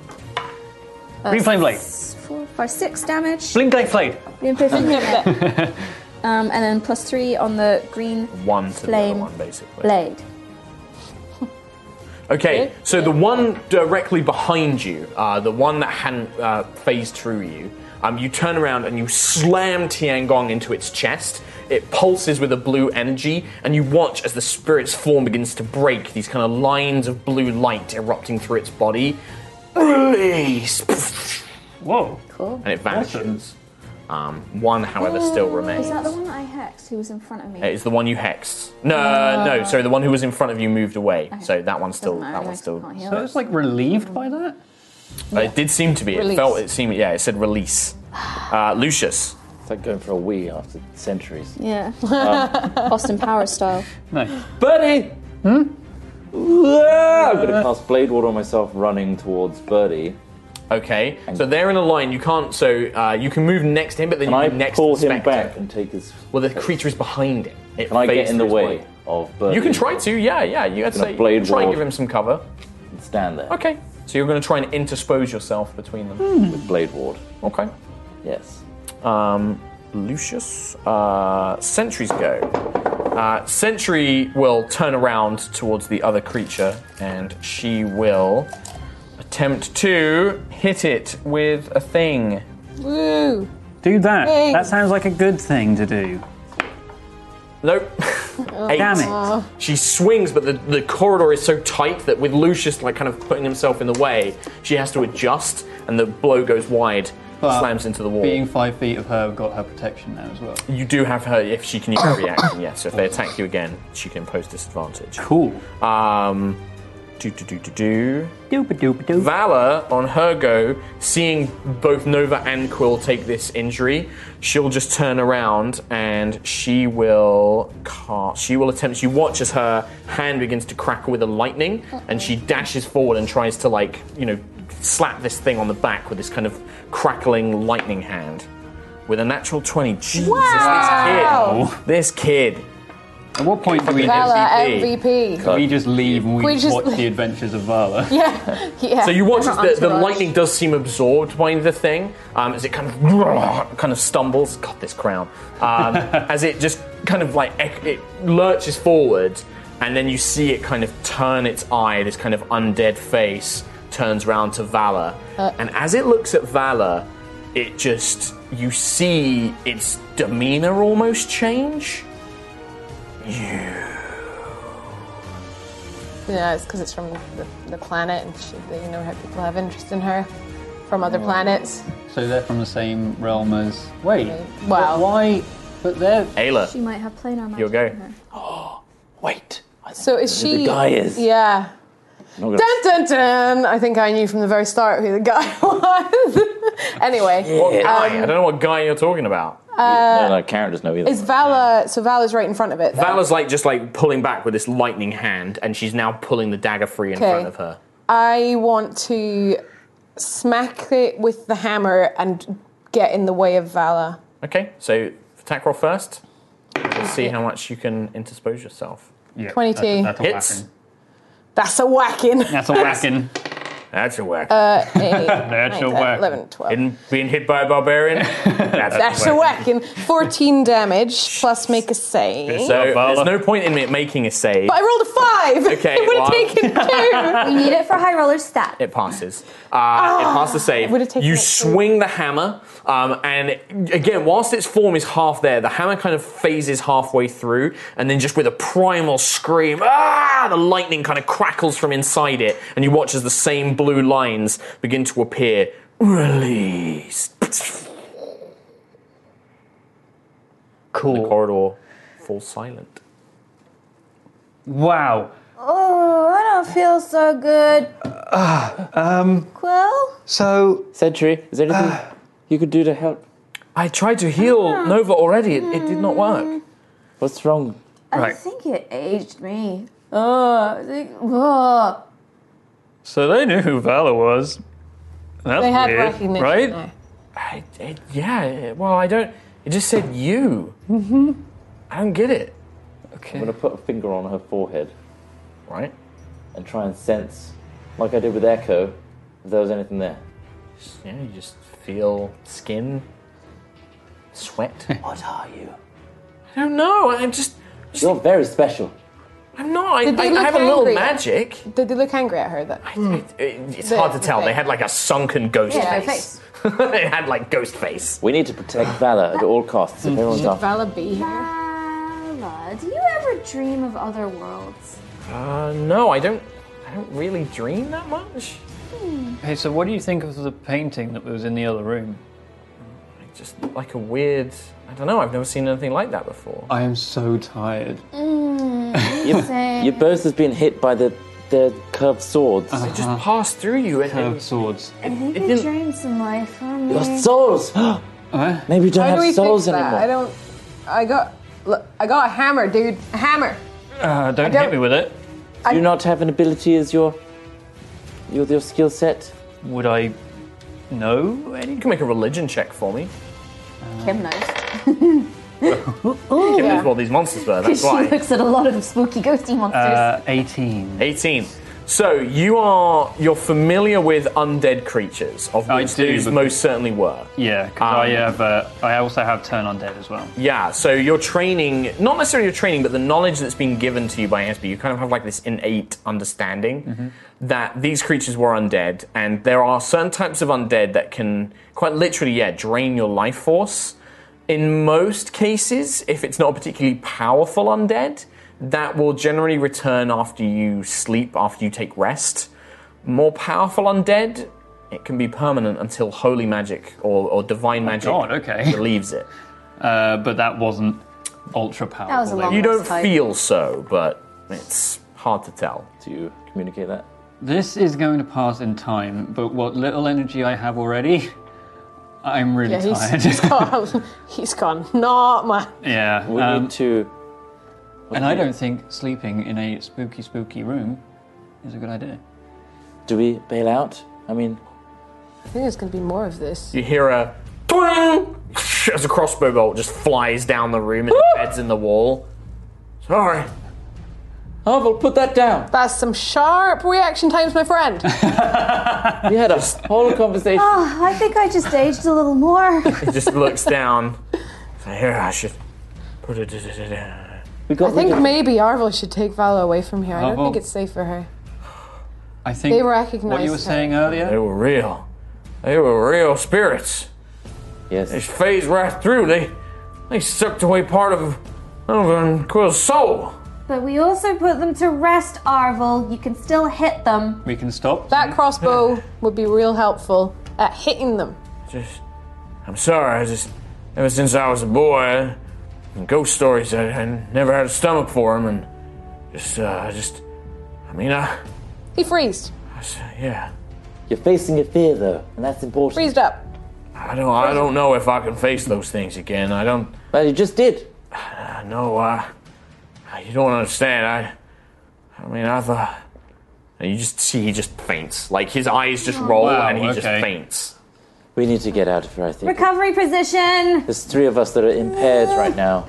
Speaker 1: Green flame blade.
Speaker 3: s- four, five, six damage.
Speaker 1: Blink light blade.
Speaker 3: Green flame. um, and then plus three on the green
Speaker 2: one to the
Speaker 3: Flame
Speaker 2: other one basically.
Speaker 3: blade.
Speaker 2: Okay, so the one directly behind you, uh, the one that hadn't uh, phased through you, Um, you turn around and you slam Tiangong into its chest. It pulses with a blue energy, and you watch as the spirit's form begins to break, these kind of lines of blue light erupting through its body. Release!
Speaker 1: Whoa.
Speaker 3: Cool.
Speaker 2: And it vanishes. Um, one, however, still remains.
Speaker 3: Oh, Is that the one that I hexed who was in front of me?
Speaker 2: It is the one you hexed. No, no, sorry, the one who was in front of you moved away. So that one's still,
Speaker 3: Ah. matter,
Speaker 2: that one's
Speaker 3: I
Speaker 2: still.
Speaker 3: can't
Speaker 1: So I was like relieved by that?
Speaker 2: Uh, It did seem to be. It
Speaker 5: Release.
Speaker 2: felt. It seemed. Yeah, it said release. Uh, Lucius.
Speaker 6: It's like going for a wee after centuries.
Speaker 3: Yeah.
Speaker 2: Um.
Speaker 3: Austin Power style.
Speaker 1: No.
Speaker 6: Birdie! Hmm? I'm gonna cast Blade Water on myself running towards Birdie.
Speaker 2: Okay, so they're in a line. You can't. So uh, you can move next to him, but then
Speaker 6: Can
Speaker 2: you
Speaker 6: I
Speaker 2: move next
Speaker 6: pull
Speaker 2: to the
Speaker 6: him
Speaker 2: spectre.
Speaker 6: back and take his.
Speaker 2: Well, the creature is behind him. It
Speaker 6: Can I get
Speaker 2: fades
Speaker 6: in the
Speaker 2: through his
Speaker 6: way
Speaker 2: body.
Speaker 6: of Birdie?
Speaker 2: You can try to. Yeah, yeah. You had to
Speaker 6: Gonna
Speaker 2: say,
Speaker 6: blade
Speaker 2: try and
Speaker 6: ward.
Speaker 2: give him some cover.
Speaker 6: Stand there
Speaker 2: Okay. So you're going to try and interpose yourself between them.
Speaker 6: with Blade Ward.
Speaker 2: Okay.
Speaker 6: Yes.
Speaker 2: Um, Lucius. Uh, sentries go. Uh, Sentry will turn around towards the other creature and she will attempt to hit it with a thing.
Speaker 5: Woo!
Speaker 1: Do that.
Speaker 5: Hey.
Speaker 1: That sounds like a good thing to do.
Speaker 2: Nope. Eight.
Speaker 1: Damn it.
Speaker 2: She swings, but the, the corridor is so tight that with Lucius like kind of putting himself in the way, she has to adjust, and the blow goes wide, slams into the wall.
Speaker 1: Being five feet of her, I've got her protection now as well.
Speaker 2: You do have her if she can use her reaction. Yes, so if they attack you again, she can impose disadvantage.
Speaker 1: Cool.
Speaker 2: Um, do do do do do.
Speaker 1: Doop doop doop.
Speaker 2: Valor on her go, seeing both Nova and Quill take this injury, she'll just turn around and she will cast. She will attempt. She watches her hand begins to crackle with the lightning, and she dashes forward and tries to like you know slap this thing on the back with this kind of crackling lightning hand. With a natural twenty, Jesus, this kid, this kid.
Speaker 1: At what point do we
Speaker 2: Val-
Speaker 1: just,
Speaker 5: Bella
Speaker 2: MVP.
Speaker 5: MVP.
Speaker 1: we just leave and we,
Speaker 5: We just
Speaker 1: watch
Speaker 5: leave.
Speaker 1: the adventures of Vala?
Speaker 5: Yeah, yeah.
Speaker 2: So you watch as the, the
Speaker 3: entourage.
Speaker 2: lightning does seem absorbed by the thing um, as it kind of kind of stumbles. God, this crown. Um, as it just kind of like ec- it lurches forward, and then you see it kind of turn its eye. This kind of undead face turns round to Valor,
Speaker 3: Uh.
Speaker 2: and as it looks at Valor, it just you see its demeanor almost change.
Speaker 5: Yeah, it's because it's from the, the planet, and she, you know how people have interest in her from other planets.
Speaker 1: So they're from the same realm as. Wait.
Speaker 5: Wow.
Speaker 1: But why? But they're.
Speaker 2: Ayla,
Speaker 3: She might have planar magic.
Speaker 2: You'll go.
Speaker 3: in her.
Speaker 6: Wait! I
Speaker 5: So is
Speaker 6: who
Speaker 5: she?
Speaker 6: the guy is.
Speaker 5: Yeah.
Speaker 6: I'm not gonna-
Speaker 5: Dun dun dun! I think I knew from the very start who the guy was. anyway,
Speaker 2: what guy? I don't know what guy you're talking about.
Speaker 6: no, no, Karen doesn't know either.
Speaker 5: is Vala? So Vala's right in front of it. then?
Speaker 2: Vala's like just like pulling back with this lightning hand, and she's now pulling the dagger free in
Speaker 5: Okay.
Speaker 2: front of her.
Speaker 5: I want to smack it with the hammer and get in the way of Vala.
Speaker 2: Okay, so attack roll first. We'll see how much you can interpose yourself.
Speaker 1: Yeah,
Speaker 5: 22.
Speaker 1: That's, that's a
Speaker 2: Hits.
Speaker 1: whacking.
Speaker 5: That's
Speaker 1: That's
Speaker 5: a whacking.
Speaker 1: a whacking.
Speaker 2: That's a whack.
Speaker 1: That's
Speaker 5: Uh,
Speaker 1: a whack.
Speaker 5: 11, 12.
Speaker 2: Being- Being hit by a barbarian. That's,
Speaker 5: That's a whacking. 14 damage plus make a save.
Speaker 2: So
Speaker 1: Yeah, Vala.
Speaker 2: there's no point in it making a save.
Speaker 5: But I rolled a five.
Speaker 2: Okay,
Speaker 5: it would
Speaker 2: well-
Speaker 5: have taken two.
Speaker 7: We need it for high roller stat.
Speaker 2: It passes. Uh, it passed the save.
Speaker 5: would've taken
Speaker 2: You
Speaker 5: Ah! it too.
Speaker 2: swing the hammer, um, and it- again, whilst its form is half there, the hammer kind of phases halfway through, and then just with a primal scream, ah, the lightning kind of crackles from inside it, and you watch as the same blue lines begin to appear. Release. Cool. the corridor falls silent.
Speaker 1: Wow.
Speaker 3: Oh, I don't feel so good. um. Quill?
Speaker 1: So
Speaker 6: Sentry, is there anything you could do to help?
Speaker 2: Ah. I tried to
Speaker 5: Ah.
Speaker 2: heal Nova already. It, it did not work.
Speaker 6: What's wrong?
Speaker 3: I think it aged me. Oh, I think. Oh.
Speaker 1: So they knew who Valor was. That's
Speaker 5: They had recognition. now.
Speaker 2: I, it, yeah, it- well, I don't. It just said you. Mm-hmm. I don't get it.
Speaker 6: I'm gonna put a finger on her forehead
Speaker 2: Right?
Speaker 6: and try and sense, like I did with Echo, if there was anything there.
Speaker 2: Yeah, you just feel skin, sweat. I
Speaker 6: What are you?
Speaker 2: don't know. I'm just.
Speaker 6: You're very special.
Speaker 2: I'm not. I,
Speaker 5: Did they
Speaker 2: I, I
Speaker 5: look
Speaker 2: have a little
Speaker 5: angry? Hmm.
Speaker 2: magic.
Speaker 5: Did they look angry at her? That
Speaker 2: I, I, it, it's hard to tell. They had like a sunken ghost
Speaker 7: Yeah,
Speaker 2: face.
Speaker 7: face.
Speaker 2: it had like ghost face.
Speaker 6: We need to protect Valor at all costs. If everyone's
Speaker 5: Should
Speaker 6: off.
Speaker 5: Vala be here?
Speaker 7: Vala, do you ever dream of other worlds?
Speaker 2: Uh, no, I don't. I don't really dream that much.
Speaker 1: Hey, so what do you think of the painting that was in the other room?
Speaker 2: It Just like a weird. I don't know. I've never seen anything like that before.
Speaker 1: I am so tired.
Speaker 7: Same.
Speaker 6: You both have been hit by the, the curved swords.
Speaker 2: It just passed through you. It,
Speaker 1: Curved swords.
Speaker 7: I think
Speaker 2: it
Speaker 7: you
Speaker 2: didn't-
Speaker 7: dreamed some life from
Speaker 6: Your
Speaker 7: me.
Speaker 6: souls! Maybe you don't
Speaker 5: How
Speaker 6: have
Speaker 5: do we
Speaker 6: souls
Speaker 5: fix that?
Speaker 6: anymore.
Speaker 5: I don't. I got. Look, I got a hammer, dude. A hammer.
Speaker 1: Uh, don't,
Speaker 5: don't-
Speaker 1: hit me with it.
Speaker 6: Do you not have an ability as your your, your skill set?
Speaker 1: Would I know any?
Speaker 2: you can make a religion check for me.
Speaker 7: Kim knows.
Speaker 2: Kim knows what these monsters were. That's
Speaker 7: She
Speaker 2: why.
Speaker 7: looks at a lot of spooky ghosty monsters.
Speaker 1: Uh, 18.
Speaker 2: 18. So you are you're familiar with undead creatures, of
Speaker 1: I
Speaker 2: which
Speaker 1: do,
Speaker 2: these
Speaker 1: but-
Speaker 2: most certainly were.
Speaker 1: Yeah, 'cause
Speaker 2: Um,
Speaker 1: I have. Uh, I also have turn undead as well.
Speaker 2: Yeah, so your training, not necessarily your training, but the knowledge that's been given to you by Ansby, you kind of have like this innate understanding
Speaker 1: Mm-hmm.
Speaker 2: that these creatures were undead, and there are certain types of undead that can quite literally, yeah, drain your life force. In most cases, if it's not a particularly powerful undead, that will generally return after you sleep, after you take rest. More powerful undead, it can be permanent until holy magic or, or divine magic
Speaker 1: Oh God, okay.
Speaker 2: relieves it.
Speaker 1: Uh, but that wasn't ultra powerful.
Speaker 7: That was a long
Speaker 2: You don't
Speaker 7: rest time.
Speaker 2: feel so, but it's hard to tell.
Speaker 6: Do you communicate that?
Speaker 1: This is going to pass in time, but what little energy I have already, I'm really
Speaker 5: Yeah, he's,
Speaker 1: tired.
Speaker 5: he's gone. he's gone. Not my.
Speaker 1: yeah,
Speaker 6: We
Speaker 1: um,
Speaker 6: need to.
Speaker 1: and I don't think sleeping in a spooky, spooky room is a good idea.
Speaker 6: Do we bail out? I mean,
Speaker 5: I think there's gonna be more of this.
Speaker 2: You hear a twang as a crossbow bolt just flies down the room and embeds in the wall. Sorry.
Speaker 6: Harville, put that down.
Speaker 5: That's some sharp reaction times, my friend.
Speaker 6: We had a whole conversation.
Speaker 3: Oh, I think I just aged a little more.
Speaker 2: It just looks down. So here I should put it. da-da-da-da."
Speaker 6: We got
Speaker 5: I think
Speaker 6: rid of-
Speaker 5: maybe Arvel should take Vala away from here. I don't
Speaker 1: Arvel.
Speaker 5: think it's safe for her.
Speaker 1: I think
Speaker 5: They
Speaker 1: what
Speaker 5: recognized
Speaker 1: you were
Speaker 5: her.
Speaker 1: saying
Speaker 2: They
Speaker 1: earlier.
Speaker 2: were real. They were real spirits. They
Speaker 6: Yes.
Speaker 2: phased right through. They they sucked away part of of Quill's soul.
Speaker 7: But we also put them to rest, Arvel. You can still hit them.
Speaker 1: We can stop.
Speaker 5: That crossbow would be real helpful at hitting them.
Speaker 2: Just, I'm sorry. I just, ever since I was a boy, and ghost stories, I, I never had a stomach for them, and just, uh, I just, I mean, I,
Speaker 5: He freezed.
Speaker 2: I s- yeah,
Speaker 6: You're facing your fear, though, and that's important.
Speaker 5: Freezed up.
Speaker 2: I don't, I don't know if I can face those things again. I don't,
Speaker 6: Well, you just did.
Speaker 2: I know, I, I- you don't understand. I, I mean, I thought. And you just see he just faints. Like his eyes just roll,
Speaker 1: Oh, Wow,
Speaker 2: and he just
Speaker 1: okay.
Speaker 2: faints.
Speaker 6: We need to get out of here, I think.
Speaker 7: Recovery position.
Speaker 6: There's three of us that are impaired right now.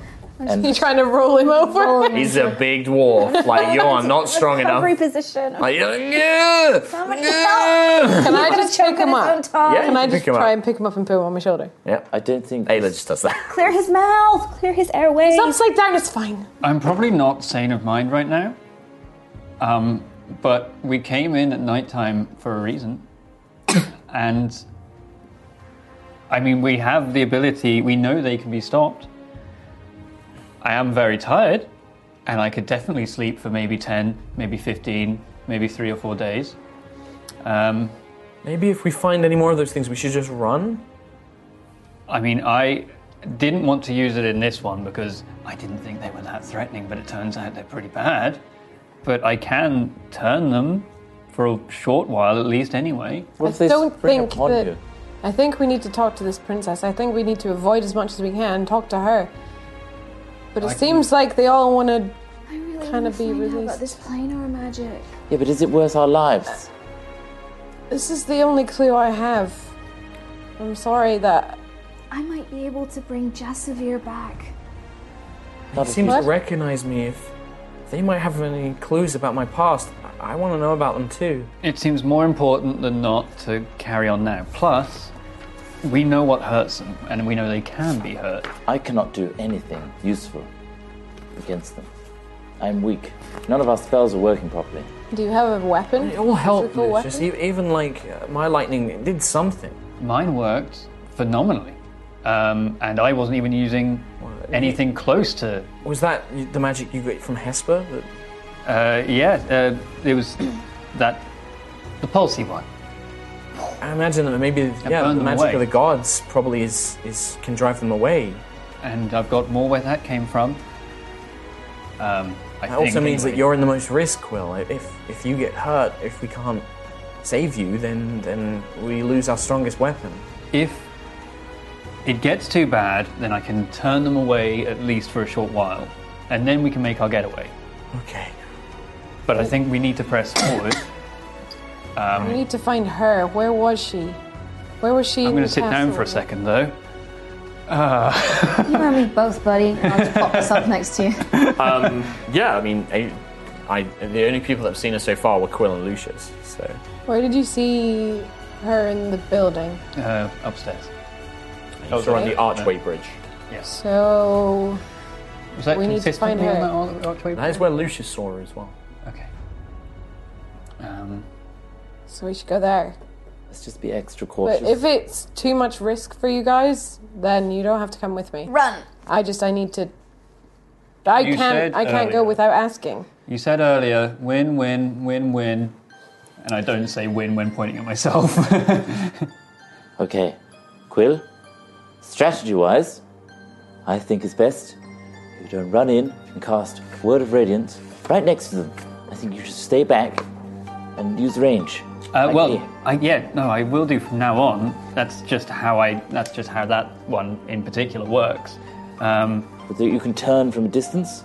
Speaker 5: You trying to roll him over?
Speaker 2: He's a big dwarf. Like you are not strong enough.
Speaker 3: Recovery position.
Speaker 2: Like, yeah,
Speaker 3: Somebody
Speaker 2: yeah.
Speaker 5: Can I just pick him up?
Speaker 2: Yeah,
Speaker 5: Can
Speaker 2: you
Speaker 5: I
Speaker 2: pick
Speaker 5: just
Speaker 2: him up.
Speaker 5: try and pick him up and put him on my shoulder?
Speaker 2: Yep.
Speaker 6: I don't think.
Speaker 2: Ayla just does that.
Speaker 3: Clear his mouth. Clear his airways.
Speaker 5: It's upside down, it's fine.
Speaker 1: I'm probably not sane of mind right now. Um, but we came in at nighttime for a reason. and I mean, we have the ability, we know they can be stopped. I am very tired, and I could definitely sleep for maybe 10, maybe 15, maybe three or four days. Um,
Speaker 2: Maybe if we find any more of those things, we should just run.
Speaker 1: I mean, I didn't want to use it in this one because I didn't think they were that threatening, but it turns out they're pretty bad. But I can turn them for a short while at least anyway.
Speaker 6: What if
Speaker 5: I
Speaker 6: they
Speaker 5: don't
Speaker 6: spring
Speaker 5: think
Speaker 6: upon
Speaker 5: that-
Speaker 6: you?
Speaker 5: I think we need to talk to this princess. I think we need to avoid as much as we can, talk to her. But it
Speaker 1: I can-
Speaker 5: seems like they all want to.
Speaker 7: I really
Speaker 5: Kinda
Speaker 7: wanna
Speaker 5: be
Speaker 7: find out
Speaker 5: released.
Speaker 7: about this planar magic.
Speaker 6: Yeah, but is it worth our lives?
Speaker 5: This is the only clue I have. I'm sorry that.
Speaker 7: I might be able to bring Jessavir back.
Speaker 6: Not
Speaker 2: He
Speaker 6: as-
Speaker 2: seems
Speaker 5: What?
Speaker 2: to recognize me. If they might have any clues about my past, I, I want to know about them too.
Speaker 1: It seems more important than not to carry on now. Plus, we know what hurts them, and we know they can be hurt.
Speaker 6: I cannot do anything useful against them. I'm weak. None of our spells are working properly.
Speaker 5: Do you have a weapon?
Speaker 2: It all helped.
Speaker 5: Physical
Speaker 2: Liz, Just
Speaker 5: weapon?
Speaker 2: e- even like uh, my lightning it did something.
Speaker 1: mine worked phenomenally, um, and I wasn't even using anything close to.
Speaker 2: Was that the magic you got from Hesper? That-
Speaker 1: Uh, yeah, uh, it was that the pulsy one.
Speaker 2: I imagine that maybe yeah,
Speaker 1: burn them
Speaker 2: the magic
Speaker 1: away.
Speaker 2: of the gods probably is, is can drive them away.
Speaker 1: and I've got more where that came from. Um, I
Speaker 2: That also
Speaker 1: think
Speaker 2: means that
Speaker 1: anyway.
Speaker 2: you're in the most risk, Will. If if you get hurt, if we can't save you, then then we lose our strongest weapon.
Speaker 1: If it gets too bad, then I can turn them away at least for a short while, and then we can make our getaway.
Speaker 2: Okay.
Speaker 1: But I think we need to press forward.
Speaker 5: We
Speaker 1: Um,
Speaker 5: need to find her. Where was she? Where was she?
Speaker 1: I'm
Speaker 5: going to
Speaker 1: sit down for a second, though. Uh,
Speaker 3: You and me both, buddy. I'll just pop this up next to you.
Speaker 2: Um, yeah, I mean, I, I the only people that have seen us so far were Quill and Lucius. So
Speaker 5: Where did you see her in the building?
Speaker 1: uh, upstairs.
Speaker 2: that was around the archway bridge.
Speaker 1: Yes.
Speaker 5: So
Speaker 1: Was that
Speaker 5: We need to
Speaker 1: consistently
Speaker 5: find
Speaker 1: on
Speaker 5: her.
Speaker 1: that arch- archway?
Speaker 2: That is where Lucius saw her as well.
Speaker 1: Okay. Um,
Speaker 5: so we should go there.
Speaker 6: Let's just be extra
Speaker 5: But
Speaker 6: cautious.
Speaker 5: if it's too much risk for you guys, then you don't have to come with me.
Speaker 7: Run.
Speaker 5: I just I need to. I
Speaker 1: You
Speaker 5: can't.
Speaker 1: said
Speaker 5: I can't go
Speaker 1: earlier.
Speaker 5: without asking.
Speaker 1: you said earlier, win, win, win, win, and I don't say win when pointing at myself.
Speaker 6: Okay, Quill, strategy wise, I think it's best if you don't run in and cast Word of Radiance right next to them. I think you should stay back and use range.
Speaker 1: Uh,
Speaker 6: Like me.
Speaker 1: well, I, yeah, no, I will do from now on. That's just how I. That's just how that one in particular works. Um,
Speaker 6: But you can turn from a distance.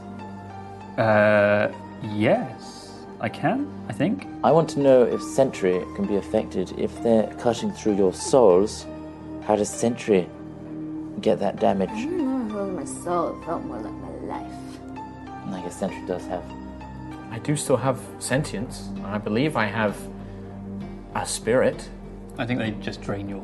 Speaker 1: uh, yes, I can. I think.
Speaker 6: I want to know if Sentry can be affected. If they're cutting through your souls, how does Sentry get that damage?
Speaker 7: Oh, my soul felt more like my life.
Speaker 6: And I guess Sentry does have.
Speaker 2: I do still have sentience, and I believe I have a spirit.
Speaker 1: I think they just drain your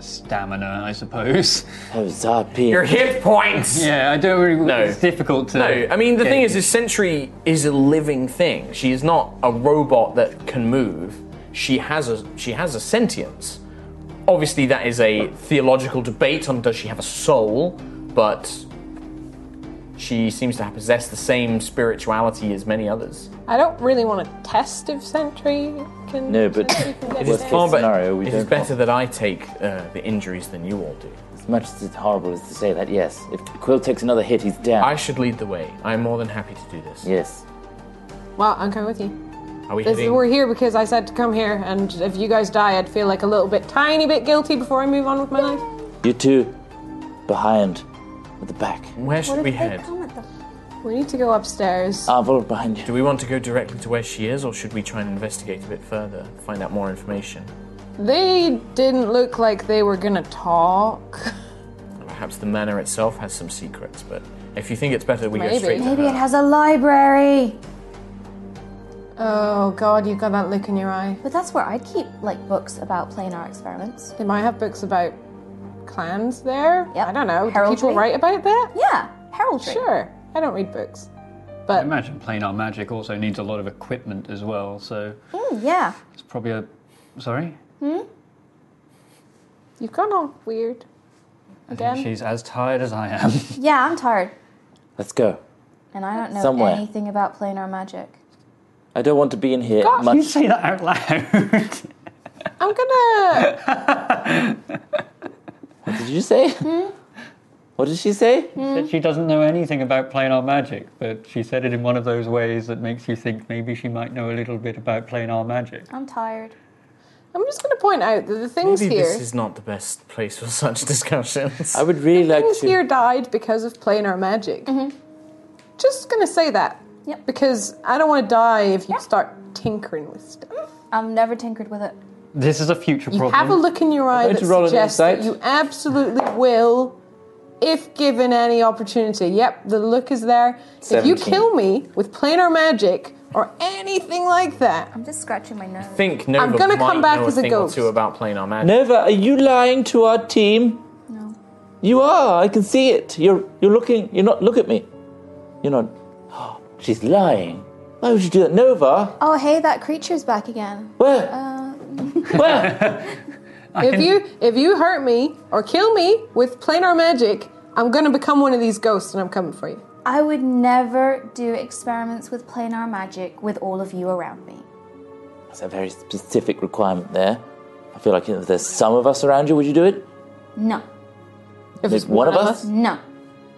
Speaker 1: stamina, I suppose.
Speaker 6: Oh, Zarpy.
Speaker 2: Your hit points.
Speaker 1: yeah, I don't really.
Speaker 2: No.
Speaker 1: It's difficult to.
Speaker 2: No, I mean the thing is,
Speaker 1: gauge.
Speaker 2: is Sentry is a living thing. She is not a robot that can move. She has a she has a sentience. Obviously, that is a theological debate on does she have a soul, but she seems to possess the same spirituality as many others.
Speaker 5: I don't really want to test if Sentry can.
Speaker 6: No, but
Speaker 5: Sentry can get
Speaker 6: it is
Speaker 5: there.
Speaker 6: far- scenario, we
Speaker 2: it is
Speaker 6: don't
Speaker 2: better
Speaker 6: want-
Speaker 2: that I take uh, the injuries than you all do.
Speaker 6: As much as it's horrible as to say that, yes. If Quill takes another hit, he's down.
Speaker 2: I should lead the way. I'm more than happy to do this.
Speaker 6: yes.
Speaker 5: Well, I'm coming with you.
Speaker 2: Are we
Speaker 5: This is,
Speaker 2: heading?
Speaker 5: we're here because I said to come here, and if you guys die, I'd feel like a little bit, tiny bit guilty before I move on with my life.
Speaker 6: You two, behind, at the back.
Speaker 2: Where should we
Speaker 7: They
Speaker 2: head?
Speaker 7: come at the
Speaker 5: We need to go upstairs.
Speaker 6: Arvel, behind you.
Speaker 2: Do we want to go directly to where she is, or should we try and investigate a bit further, find out more information?
Speaker 5: They didn't look like they were gonna talk.
Speaker 2: Perhaps the manor itself has some secrets, but if you think it's better, we
Speaker 5: Maybe.
Speaker 2: go straight to
Speaker 3: Maybe
Speaker 2: her.
Speaker 3: it has a library.
Speaker 5: Oh God, you got that look in your eye.
Speaker 7: But that's where I keep like books about planar experiments.
Speaker 5: They might have books about clans there.
Speaker 7: Yep.
Speaker 5: I don't know. Do
Speaker 7: Heraldry.
Speaker 5: people write about that?
Speaker 7: Yeah, heraldry.
Speaker 5: Sure. I don't read books.
Speaker 1: I imagine planar magic also needs a lot of equipment as well. So
Speaker 7: Mm, yeah.
Speaker 1: it's probably a. Sorry.
Speaker 5: You've gone all weird.
Speaker 1: I think
Speaker 5: Again?
Speaker 1: she's as tired as I am.
Speaker 7: Yeah, I'm tired.
Speaker 6: Let's go.
Speaker 7: And I don't know
Speaker 6: Somewhere.
Speaker 7: anything about planar magic.
Speaker 6: I don't want to be in here much.
Speaker 1: you say that out loud.
Speaker 5: I'm gonna.
Speaker 6: What did you say? What did she say?
Speaker 1: said
Speaker 5: Mm-hmm.
Speaker 1: she doesn't know anything about planar magic, but she said it in one of those ways that makes you think maybe she might know a little bit about planar magic.
Speaker 5: Oh.
Speaker 7: I'm tired.
Speaker 5: I'm just gonna point out that the things
Speaker 2: Maybe
Speaker 5: here.
Speaker 2: this is not the best place for such discussions.
Speaker 6: I would really like
Speaker 5: things
Speaker 6: to.
Speaker 5: here died because of planar magic. Just gonna say that.
Speaker 7: Mm-hmm. Yep.
Speaker 5: Because I don't want to die if you
Speaker 7: Yeah.
Speaker 5: start tinkering with stuff.
Speaker 7: I've never tinkered with it.
Speaker 1: This is a future problem.
Speaker 5: Have a look in your eye
Speaker 6: Don't
Speaker 5: that
Speaker 6: you roll an
Speaker 5: suggests that
Speaker 6: insight?
Speaker 5: you absolutely will, if given any opportunity. Yep, the look is there. If you
Speaker 6: 17.
Speaker 5: kill me with planar magic or anything like that,
Speaker 7: I'm just scratching my nose.
Speaker 2: think Nova
Speaker 5: I'm gonna
Speaker 2: might
Speaker 5: come back
Speaker 2: know
Speaker 5: as
Speaker 2: a
Speaker 5: a
Speaker 2: thing
Speaker 5: ghost.
Speaker 2: or two about planar magic.
Speaker 6: Nova, are you lying to our team?
Speaker 7: No.
Speaker 6: You are. I can see it. You're you're looking. You're not. Look at me. You're not. she's lying. Why would you do that, Nova?
Speaker 7: Oh, hey, that creature's back again.
Speaker 6: Where?
Speaker 7: Uh,
Speaker 6: Where?
Speaker 5: If you if you hurt me or kill me with planar magic, I'm gonna become one of these ghosts and I'm coming for you.
Speaker 7: I would never do experiments with planar magic with all of you around me.
Speaker 6: That's a very specific requirement there. I feel like if there's some of us around you, would you do it?
Speaker 7: No,
Speaker 5: If
Speaker 6: There's one of us?
Speaker 7: no,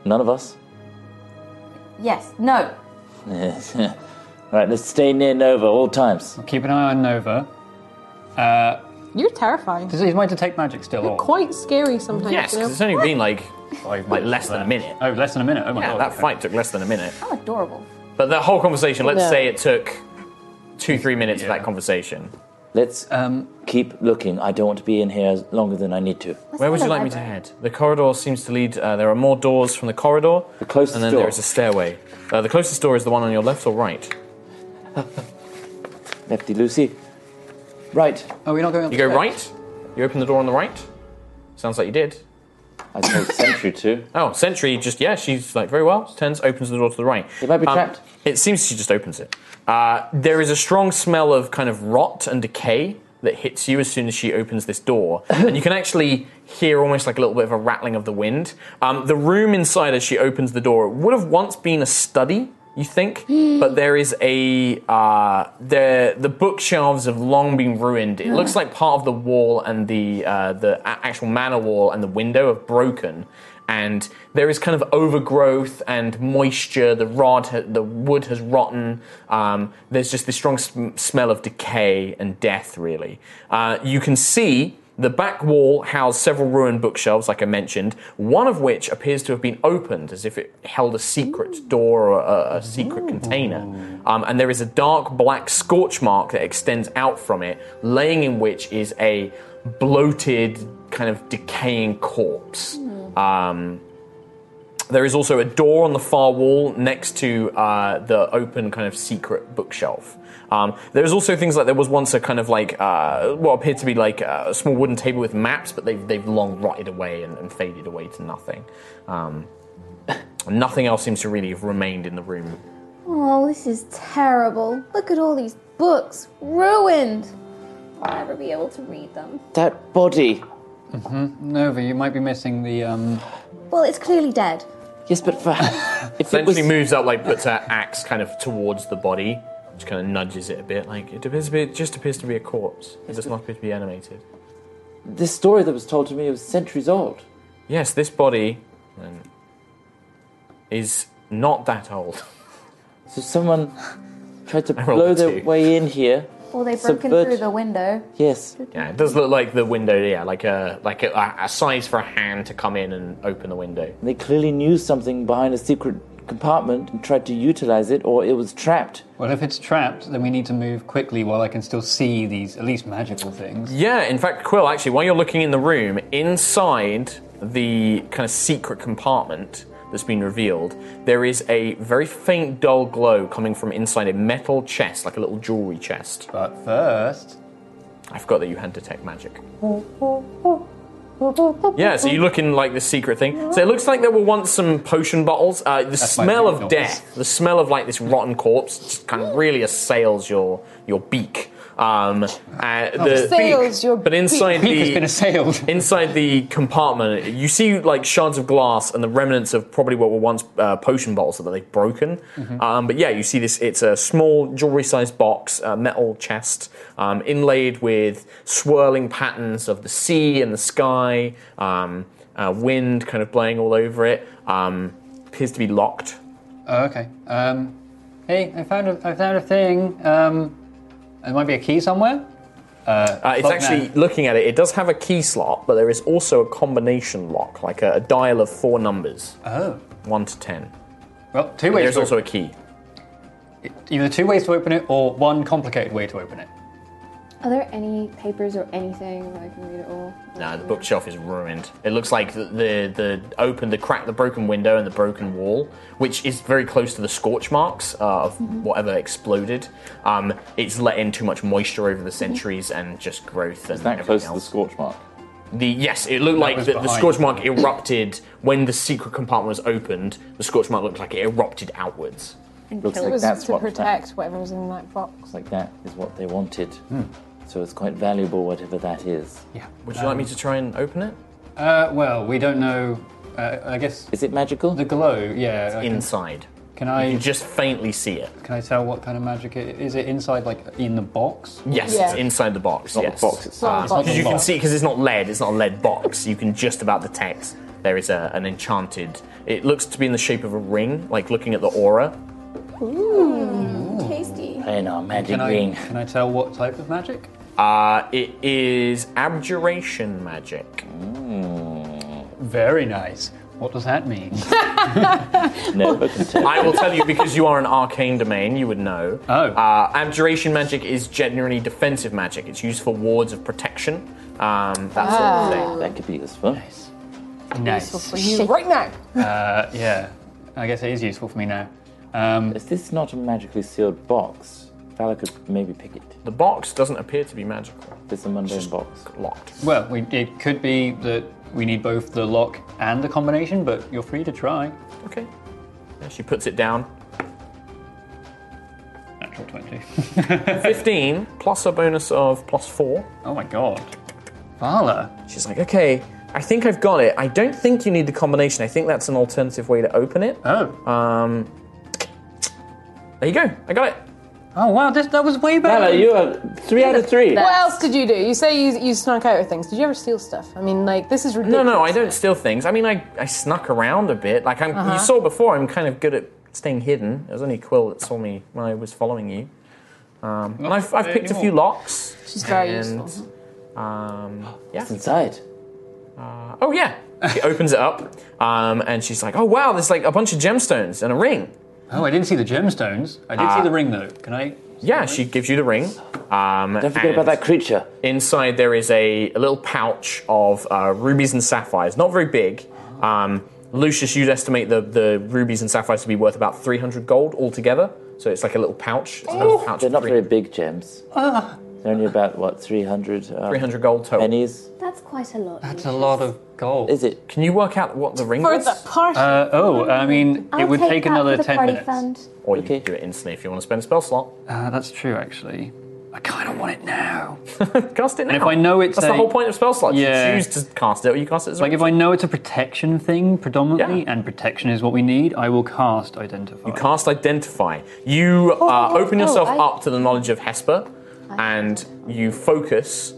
Speaker 6: None of us?
Speaker 7: yes, no.
Speaker 6: All right, let's stay near Nova all times.
Speaker 1: Keep an eye on Nova. Uh,
Speaker 5: You're terrifying.
Speaker 1: is, is my detect magic still
Speaker 2: Oh.
Speaker 5: You're
Speaker 1: on?
Speaker 5: quite scary sometimes.
Speaker 2: Yes,
Speaker 5: you know?
Speaker 2: because it's only been like, like, like Oh, less than a minute.
Speaker 1: Oh, less than a minute. Oh my
Speaker 2: Yeah,
Speaker 1: god.
Speaker 2: that
Speaker 1: okay.
Speaker 2: fight took less than a minute.
Speaker 7: How adorable.
Speaker 2: But that whole conversation, let's
Speaker 5: No.
Speaker 2: say it took two, three minutes of that conversation.
Speaker 6: Let's uh,
Speaker 1: Um,
Speaker 6: keep looking. I don't want to be in here as- longer than I need to.
Speaker 2: Where would you like me to head? The corridor seems to lead. Uh, there are more doors from the corridor.
Speaker 6: The closest
Speaker 2: And then
Speaker 6: door.
Speaker 2: there is a stairway. Uh, the closest door is the one on your left or right.
Speaker 6: Lefty Lucy. Right.
Speaker 1: Are we not going? Up
Speaker 2: You
Speaker 1: the
Speaker 2: go
Speaker 1: stairs?
Speaker 2: right. You open the door on the right. Sounds like you did.
Speaker 6: I suppose Sentry too.
Speaker 2: Oh, Sentry just, yeah, she's like, very well. Turns, opens the door to the right. Um,
Speaker 6: They might be trapped.
Speaker 2: It seems she just opens it. Uh, there is a strong smell of kind of rot and decay that hits you as soon as she opens this door. and you can actually hear almost like a little bit of a rattling of the wind. Um, the room inside as she opens the door would have once been a study. You think, but there is a uh, the the bookshelves have long been ruined. It looks like part of the wall and the uh, the a- actual manor wall and the window have broken, and there is kind of overgrowth and moisture. The rod, ha- the wood has rotten. Um, there's just this strong sm- smell of decay and death. Really, uh, you can see the back wall housed several ruined bookshelves, like I mentioned. One of which appears to have been opened, as if it held a secret door or a, a secret container. Um, and there is a dark black scorch mark that extends out from it, laying in which is a bloated, kind of decaying corpse. Um, there is also a door on the far wall next to uh, the open kind of secret bookshelf. Um, there's also things like there was once a kind of like uh, what appeared to be like a small wooden table with maps, but they've, they've long rotted away and, and faded away to nothing. Um, nothing else seems to really have remained in the room.
Speaker 3: Oh, this is terrible. Look at all these books. Ruined. I'll never be able to read them.
Speaker 6: That body.
Speaker 1: Nova, you might be missing the. Um,
Speaker 3: Well, it's clearly dead.
Speaker 6: Yes, but for if it was,
Speaker 2: Essentially moves up, like puts her axe kind of towards the body, which kind of nudges it a bit. Like it appears to be, it just appears to be a corpse. It does not appear to be animated.
Speaker 6: this story that was told to me was centuries old.
Speaker 2: Yes, this body um, is not that old.
Speaker 6: So someone tried to
Speaker 2: rolled
Speaker 6: blow
Speaker 2: a
Speaker 6: their
Speaker 2: two.
Speaker 6: way in here.
Speaker 7: Well, they've
Speaker 6: Subvert-
Speaker 7: broken through the window.
Speaker 6: Yes.
Speaker 2: Yeah, it does look like the window. Yeah, like a like a, a size for a hand to come in and open the window.
Speaker 6: They clearly knew something behind a secret compartment and tried to utilize it, or it was trapped.
Speaker 1: well, if it's trapped, then we need to move quickly while I can still see these at least magical things.
Speaker 2: Yeah, in fact, Quill, actually, while you're looking in the room, inside the kind of secret compartment that's been revealed, there is a very faint, dull glow coming from inside a metal chest, like a little jewelry chest.
Speaker 1: But first,
Speaker 2: I forgot that you had detect magic. Yeah, so you look in like this secret thing. So it looks like there were once some potion bottles. Uh, the
Speaker 1: my
Speaker 2: smell of
Speaker 1: favorite
Speaker 2: death, the smell of like this rotten corpse, just kind of really assails your your beak. Um, uh, the,
Speaker 5: Assails your
Speaker 2: but inside
Speaker 1: Peak has
Speaker 2: the
Speaker 1: been assailed.
Speaker 2: inside the compartment, you see like shards of glass and the remnants of probably what were once uh, potion bottles that they've broken. Um, but yeah, you see this. It's a small jewelry-sized box, uh, metal chest, um, inlaid with swirling patterns of the sea and the sky, um, uh, wind kind of blowing all over it. Um, appears to be locked.
Speaker 1: Oh, okay. Um, hey, I found a, I found a thing. Um, there might be a key somewhere.
Speaker 2: Uh, it's
Speaker 1: Lock
Speaker 2: actually
Speaker 1: now.
Speaker 2: looking at it. It does have a key slot, but there is also a combination lock, like a, a dial of four numbers,
Speaker 1: Oh,
Speaker 2: one to ten.
Speaker 1: well, two ways.
Speaker 2: There's
Speaker 1: to-
Speaker 2: also a key.
Speaker 1: either two ways to open it or one complicated way to open it.
Speaker 3: Are there any papers or anything that I can read at all?
Speaker 2: No, the bookshelf is ruined. It looks like the, the the open, the crack, the broken window, and the broken wall, which is very close to the scorch marks uh, of whatever exploded. Um, it's let in too much moisture over the centuries and just growth and
Speaker 6: That
Speaker 2: everything
Speaker 6: close to the
Speaker 2: else.
Speaker 6: scorch mark.
Speaker 2: The- yes, it looked like
Speaker 1: was
Speaker 2: the, the
Speaker 1: behind.
Speaker 2: scorch mark erupted when the secret compartment was opened. The scorch mark looked like it erupted outwards.
Speaker 6: Looks
Speaker 5: It
Speaker 6: like
Speaker 5: was
Speaker 6: that's
Speaker 5: to
Speaker 6: what. That,
Speaker 5: protect whatever was in that box.
Speaker 6: like that is what they wanted. So it's quite valuable, whatever that is.
Speaker 1: Yeah.
Speaker 2: Would you like
Speaker 1: Um,
Speaker 2: me to try and open it?
Speaker 1: Uh, well, we don't know. Uh, I guess
Speaker 6: Is it magical?
Speaker 1: the glow. Yeah. I can,
Speaker 2: Inside.
Speaker 1: can
Speaker 2: You
Speaker 1: I
Speaker 2: just faintly see it.
Speaker 1: can I tell what kind of magic it is? It inside, like in the box.
Speaker 2: Yes,
Speaker 5: Yeah.
Speaker 2: it's inside the box.
Speaker 6: Not
Speaker 2: yes.
Speaker 6: the box itself.
Speaker 5: Not the box.
Speaker 2: Because you can
Speaker 1: box.
Speaker 2: see, because it's not lead, it's not a lead box. You can just about detect there is a, an enchanted. It looks to be in the shape of a ring, like looking at the aura.
Speaker 3: Tasty.
Speaker 6: Playing our magic
Speaker 1: Can I
Speaker 6: ring.
Speaker 1: can I tell what type of magic?
Speaker 2: Uh, it is abjuration magic.
Speaker 1: Very nice. What does that mean?
Speaker 6: Never can tell.
Speaker 2: I will tell you because you are an arcane domain, you would know.
Speaker 1: Oh.
Speaker 2: Uh, abjuration magic is generally defensive magic, it's used for wards of protection, um, that sort of thing.
Speaker 6: That could be useful.
Speaker 1: nice.
Speaker 5: For you right now.
Speaker 1: Uh, yeah. I guess it is useful for me now. Um,
Speaker 6: Is this not a magically sealed box? Fala could maybe pick it.
Speaker 2: The box doesn't appear to be magical,
Speaker 6: It's a mundane box.
Speaker 2: locked.
Speaker 1: well, we, it could be that we need both the lock and the combination, but you're free to try.
Speaker 2: Okay. Yeah, she puts it down.
Speaker 1: Natural 20.
Speaker 2: 15 plus a bonus of plus 4.
Speaker 1: oh my god. Vala.
Speaker 2: She's like, okay, I think I've got it. I don't think you need the combination. I think that's an alternative way to open
Speaker 6: Uh.
Speaker 2: it.
Speaker 1: Oh.
Speaker 2: Um, there you go. I got it.
Speaker 1: oh wow, this, that was way better.
Speaker 6: Fala, you are three out of three.
Speaker 5: What else did you do? You say you, you snuck out of things. Did you ever steal stuff? I mean, like, this is
Speaker 2: No,
Speaker 5: ridiculous.
Speaker 2: no, I don't steal things. I mean, I, I snuck around a bit. Like I'm, you saw before, I'm kind of good at staying hidden. It was only Quill that saw me when I was following you. Um, and I've, I've picked a few locks.
Speaker 5: She's very
Speaker 2: and,
Speaker 5: useful.
Speaker 2: Um, yeah.
Speaker 6: It's inside.
Speaker 2: Oh yeah. She opens it up, um, and she's like, "Oh wow, there's like a bunch of gemstones and a ring."
Speaker 1: Oh, I didn't see the gemstones. I did see the ring though. Can I?
Speaker 2: Uh, Yeah, she gives you the ring. Um,
Speaker 6: Don't forget about that creature.
Speaker 2: Inside there is a, a little pouch of uh, rubies and sapphires. Not very big. Um, Lucius, you'd estimate the, the rubies and sapphires to be worth about 300 gold altogether. So it's like a little pouch. It's a little pouch
Speaker 6: They're
Speaker 2: of
Speaker 6: not very
Speaker 2: 300,
Speaker 6: big gems. They're only about, what, 300? Um,
Speaker 2: 300 gold total.
Speaker 6: pennies?
Speaker 3: That's quite a lot.
Speaker 1: That's a lot of gold.
Speaker 6: Is it?
Speaker 2: Can you work out what the ring
Speaker 5: For
Speaker 2: was?
Speaker 5: the party.
Speaker 1: Uh, oh, I mean,
Speaker 3: I'll
Speaker 1: it would take,
Speaker 3: that
Speaker 1: another
Speaker 3: for the
Speaker 1: 10
Speaker 3: party
Speaker 1: minutes.
Speaker 3: Fund.
Speaker 2: Or you
Speaker 6: Okay.
Speaker 2: can do it instantly if you want to spend a spell slot.
Speaker 1: Uh, that's true, actually. I kind of want it now.
Speaker 2: Cast it now.
Speaker 1: if I know it's
Speaker 2: That's
Speaker 1: a-
Speaker 2: the whole point of spell slots.
Speaker 1: Yeah.
Speaker 2: You choose to cast it or you cast it as a
Speaker 1: Like, if I know it's a protection thing predominantly,
Speaker 2: Yeah.
Speaker 1: and protection is what we need, I will cast Identify.
Speaker 2: You cast Identify. You uh,
Speaker 3: oh,
Speaker 2: open
Speaker 3: oh,
Speaker 2: yourself
Speaker 3: I-
Speaker 2: up to the knowledge of Hesper, and you focus,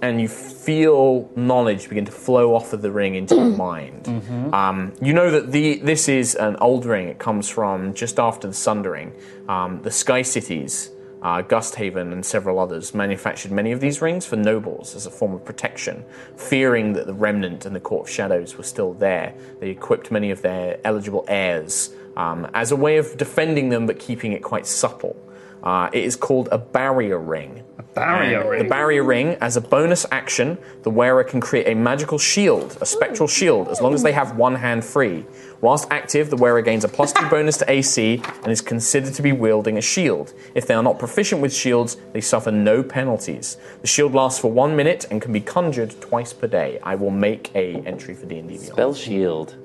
Speaker 2: and you feel knowledge begin to flow off of the ring into your mind. Um, you know that the this is an old ring. It comes from just after the Sundering. Um, the Sky Cities, uh, Gusthaven, and several others manufactured many of these rings for nobles as a form of protection, fearing that the Remnant and the Court of Shadows were still there. They equipped many of their eligible heirs um, as a way of defending them, but keeping it quite supple. Uh, it is called a barrier ring.
Speaker 1: Barrier
Speaker 2: And
Speaker 1: ring.
Speaker 2: The barrier ring, as a bonus action, the wearer can create a magical shield, a spectral shield, as long as they have one hand free. Whilst active, the wearer gains a plus two bonus to AC and is considered to be wielding a shield. If they are not proficient with shields, they suffer no penalties. The shield lasts for one minute and can be conjured twice per day. I will make a entry for D and D.
Speaker 6: Bell shield.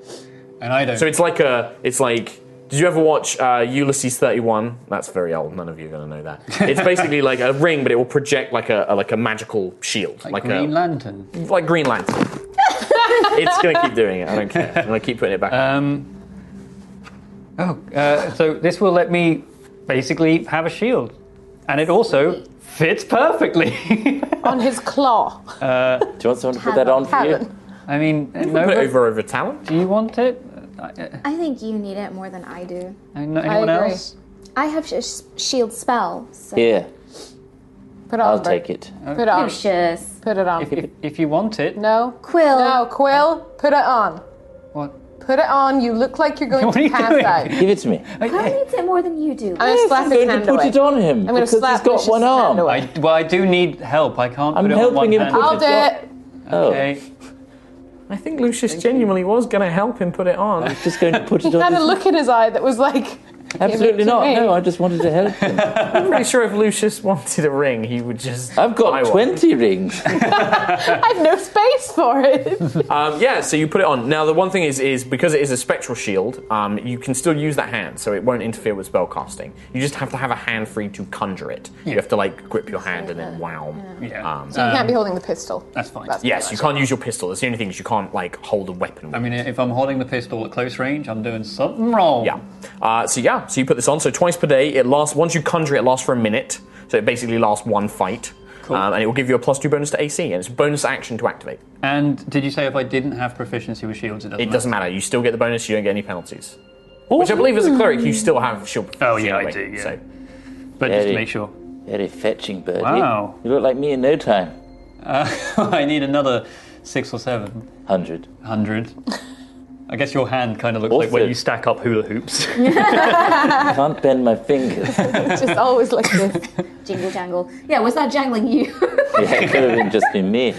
Speaker 1: And I don't.
Speaker 2: So it's like a, it's like. Did you ever watch uh, Ulysses 31? That's very old. None of you are going to know that. It's basically like a ring, but it will project like a, a- like a magical shield,
Speaker 1: like,
Speaker 2: like,
Speaker 1: Green
Speaker 2: a
Speaker 1: Lantern.
Speaker 2: like Green Lantern. it's going to keep doing it. I don't care. I'm going to keep putting it back.
Speaker 1: Um, oh, uh, so this will let me basically have a shield. And it also fits perfectly.
Speaker 5: on his claw.
Speaker 6: Do you want someone to put that on for you?
Speaker 1: I mean,
Speaker 2: Put it
Speaker 1: Nova,
Speaker 2: over over talent.
Speaker 1: do you want it? Uh,
Speaker 3: I think you need it more than I do.
Speaker 1: no- anyone
Speaker 5: agree.
Speaker 1: else?
Speaker 3: I have a sh- shield spell. So.
Speaker 6: Here,
Speaker 5: Put it on.
Speaker 6: I'll
Speaker 5: Bert.
Speaker 6: take it.
Speaker 5: Put it on.
Speaker 3: Lucius.
Speaker 5: Put it on.
Speaker 1: If, if, if you want it,
Speaker 5: No.
Speaker 3: Quill.
Speaker 5: No, Quill, put it on.
Speaker 1: what?
Speaker 5: Put it on. You look like you're going
Speaker 1: What are
Speaker 5: to
Speaker 1: you
Speaker 5: pass
Speaker 1: doing?
Speaker 5: out.
Speaker 6: Give it to me.
Speaker 3: I need it more than you do.
Speaker 5: I'm gonna slap
Speaker 6: I'm
Speaker 5: his
Speaker 6: going to
Speaker 5: hand
Speaker 6: put
Speaker 5: away.
Speaker 6: it on him
Speaker 5: I'm gonna
Speaker 6: because he's
Speaker 5: slap
Speaker 6: got
Speaker 5: Lucius'
Speaker 6: one
Speaker 5: hand
Speaker 6: arm.
Speaker 5: away.
Speaker 1: I, well, I do need help. I can't
Speaker 6: I'm
Speaker 1: put it on one
Speaker 6: helping him
Speaker 1: hand.
Speaker 6: put
Speaker 5: I'll do it.
Speaker 6: Oh,
Speaker 1: Okay.
Speaker 2: I think Lucius genuinely was going to help him put it on.
Speaker 6: just going to put it
Speaker 5: He
Speaker 6: on.
Speaker 5: had a
Speaker 6: his-
Speaker 5: look in his eye that was like,
Speaker 6: Absolutely
Speaker 5: to
Speaker 6: not.
Speaker 5: me.
Speaker 6: No, I just wanted to help them.
Speaker 2: I'm pretty sure if Lucius wanted a ring, he would just.
Speaker 6: I've
Speaker 2: buy
Speaker 6: got
Speaker 2: one.
Speaker 6: 20 rings.
Speaker 5: I've no space for it.
Speaker 2: Um, yeah, so you put it on. Now the one thing is, is because it is a spectral shield, um, you can still use that hand, so it won't interfere with spell casting. You just have to have a hand free to conjure it. You have to like grip your hand and then wow.
Speaker 9: Yeah.
Speaker 2: Um,
Speaker 5: you can't be holding the pistol.
Speaker 9: That's fine.
Speaker 2: yes, you can't use your pistol. That's the only thing is you can't like hold a weapon. With
Speaker 9: I mean, if I'm holding the pistol at close range, I'm doing something wrong.
Speaker 2: Yeah. Uh, so yeah, so you put this on. So twice per day, it lasts. Once you conjure, it it lasts for a minute. So it basically lasts one fight, cool. um, and it will give you a plus two bonus to AC, and it's a bonus action to activate.
Speaker 9: And did you say if I didn't have proficiency with shields, it doesn't?
Speaker 2: It doesn't matter. You still get the bonus. You don't get any penalties. Which I believe, as a cleric, you still have shield.
Speaker 9: Oh, yeah, I
Speaker 2: right?
Speaker 9: do, yeah.
Speaker 2: So,
Speaker 9: But just
Speaker 6: Very-
Speaker 9: to make sure.
Speaker 6: Very fetching, birdie.
Speaker 9: Wow.
Speaker 6: You look like me in no time.
Speaker 9: Uh, I need another six or seven
Speaker 6: 100.
Speaker 9: hundred. I guess your hand kind of looks like
Speaker 6: Awesome.
Speaker 9: when you stack up hula hoops.
Speaker 6: I can't bend my fingers.
Speaker 5: Just always like this.
Speaker 7: Jingle jangle. Yeah, was that jangling you?
Speaker 6: Yeah, it could have been just been me.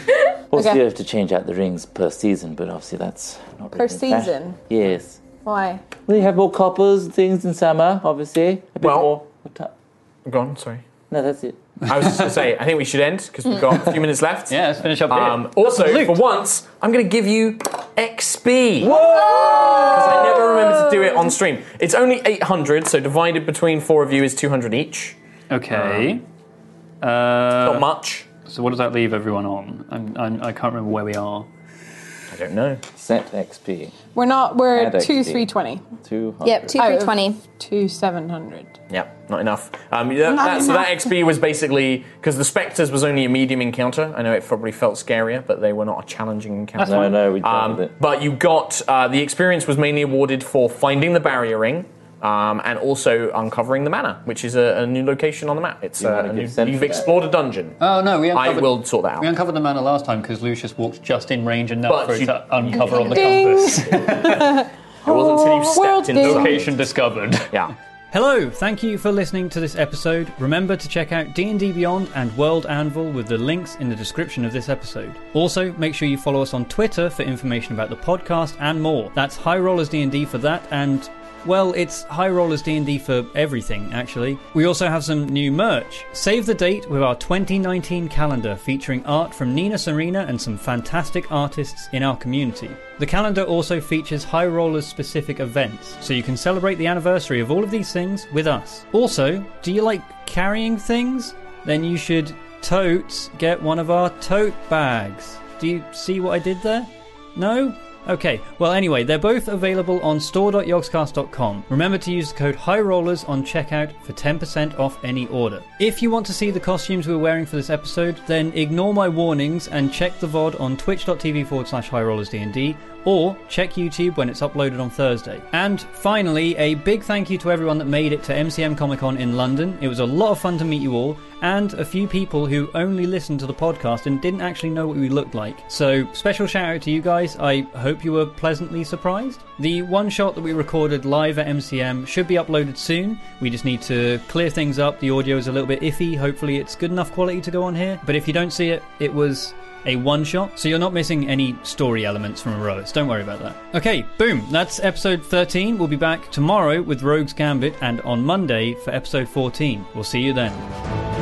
Speaker 6: Also,
Speaker 5: Okay.
Speaker 6: you have to change out the rings per season, but obviously that's not
Speaker 5: Per
Speaker 6: really in fashion.
Speaker 5: season?
Speaker 6: Yes.
Speaker 5: Why?
Speaker 6: Well, you have more coppers and things in summer, obviously. A bit
Speaker 2: Well-
Speaker 6: more. what ti-
Speaker 2: go on. Sorry.
Speaker 6: No, that's it.
Speaker 2: I was just going to say. I think we should end because we've got a few minutes left.
Speaker 9: yeah, let's finish up here.
Speaker 2: Um, also,
Speaker 9: Loot.
Speaker 2: for once, I'm going to give you XP. Because I never remember to do it on stream. It's only 800, so divided between four of you is 200 each. Um,
Speaker 9: okay. Uh,
Speaker 2: Not much.
Speaker 9: so what does that leave everyone on? I'm, I'm, I can't remember where we are.
Speaker 2: I don't know.
Speaker 6: Set XP.
Speaker 5: We're not. We're
Speaker 6: Add
Speaker 5: two
Speaker 6: XP.
Speaker 5: three twenty.
Speaker 6: 200.
Speaker 3: Yep, two three twenty.
Speaker 5: Two seven hundred.
Speaker 2: Yep, not enough. Um, yeah,
Speaker 5: Not
Speaker 2: that, So that
Speaker 5: enough.
Speaker 2: XP was basically because the specters was only a medium encounter. I know it probably felt scarier, but they were not a challenging encounter.
Speaker 6: No, no, we dealt with
Speaker 2: Um,
Speaker 6: it.
Speaker 2: but you got uh, the experience was mainly awarded for finding the barrier ring um, and also uncovering the manor, which is a, a new location on the map. It's uh,
Speaker 6: wanna
Speaker 2: a
Speaker 6: give
Speaker 2: new,
Speaker 6: Sentry
Speaker 2: you've
Speaker 6: that?
Speaker 2: explored a dungeon.
Speaker 9: Oh no, we
Speaker 2: I
Speaker 9: uncovered.
Speaker 2: will sort that
Speaker 9: We
Speaker 2: out.
Speaker 9: uncovered the manor last time because Lucius walked just in range enough
Speaker 2: But
Speaker 9: for it
Speaker 2: you-
Speaker 9: to uncover on the
Speaker 5: Ding.
Speaker 9: compass.
Speaker 2: It wasn't until you
Speaker 5: World
Speaker 2: stepped into
Speaker 5: building.
Speaker 2: the
Speaker 9: Location discovered.
Speaker 2: Yeah.
Speaker 1: Hello, thank you for listening to this episode. Remember to check out D&D Beyond and World Anvil with the links in the description of this episode. Also, make sure you follow us on Twitter for information about the podcast and more. That's High Rollers D&D for that and well, it's High Rollers D&D for everything actually. We also have some new merch. Save the date with our 2019 calendar featuring art from Nina Serena and some fantastic artists in our community. The calendar also features High Rollers specific events, so you can celebrate the anniversary of all of these things with us. Also, do you like carrying things? Then you should totes get one of our tote bags. Do you see what I did there? No? Okay, well, anyway, they're both available on store.yogscast.com. Remember to use the code HIGHROLLERS on checkout for 10% off any order. If you want to see the costumes we're wearing for this episode, then ignore my warnings and check the VOD on twitch.tv forward slash HighRollersDND or check YouTube when it's uploaded on Thursday. And finally, a big thank you to everyone that made it to MCM Comic Con in London. It was a lot of fun to meet you all, and a few people who only listened to the podcast and didn't actually know what we looked like. So, special shout out to you guys. I hope you were pleasantly surprised. The one shot that we recorded live at MCM should be uploaded soon. We just need to clear things up. The audio is a little bit iffy. Hopefully, it's good enough quality to go on here. But if you don't see it, it was a one shot, so you're not missing any story elements from Erois. Don't worry about that. Okay, boom, that's episode 13. We'll be back tomorrow with Rogue's Gambit and on Monday for episode 14. We'll see you then.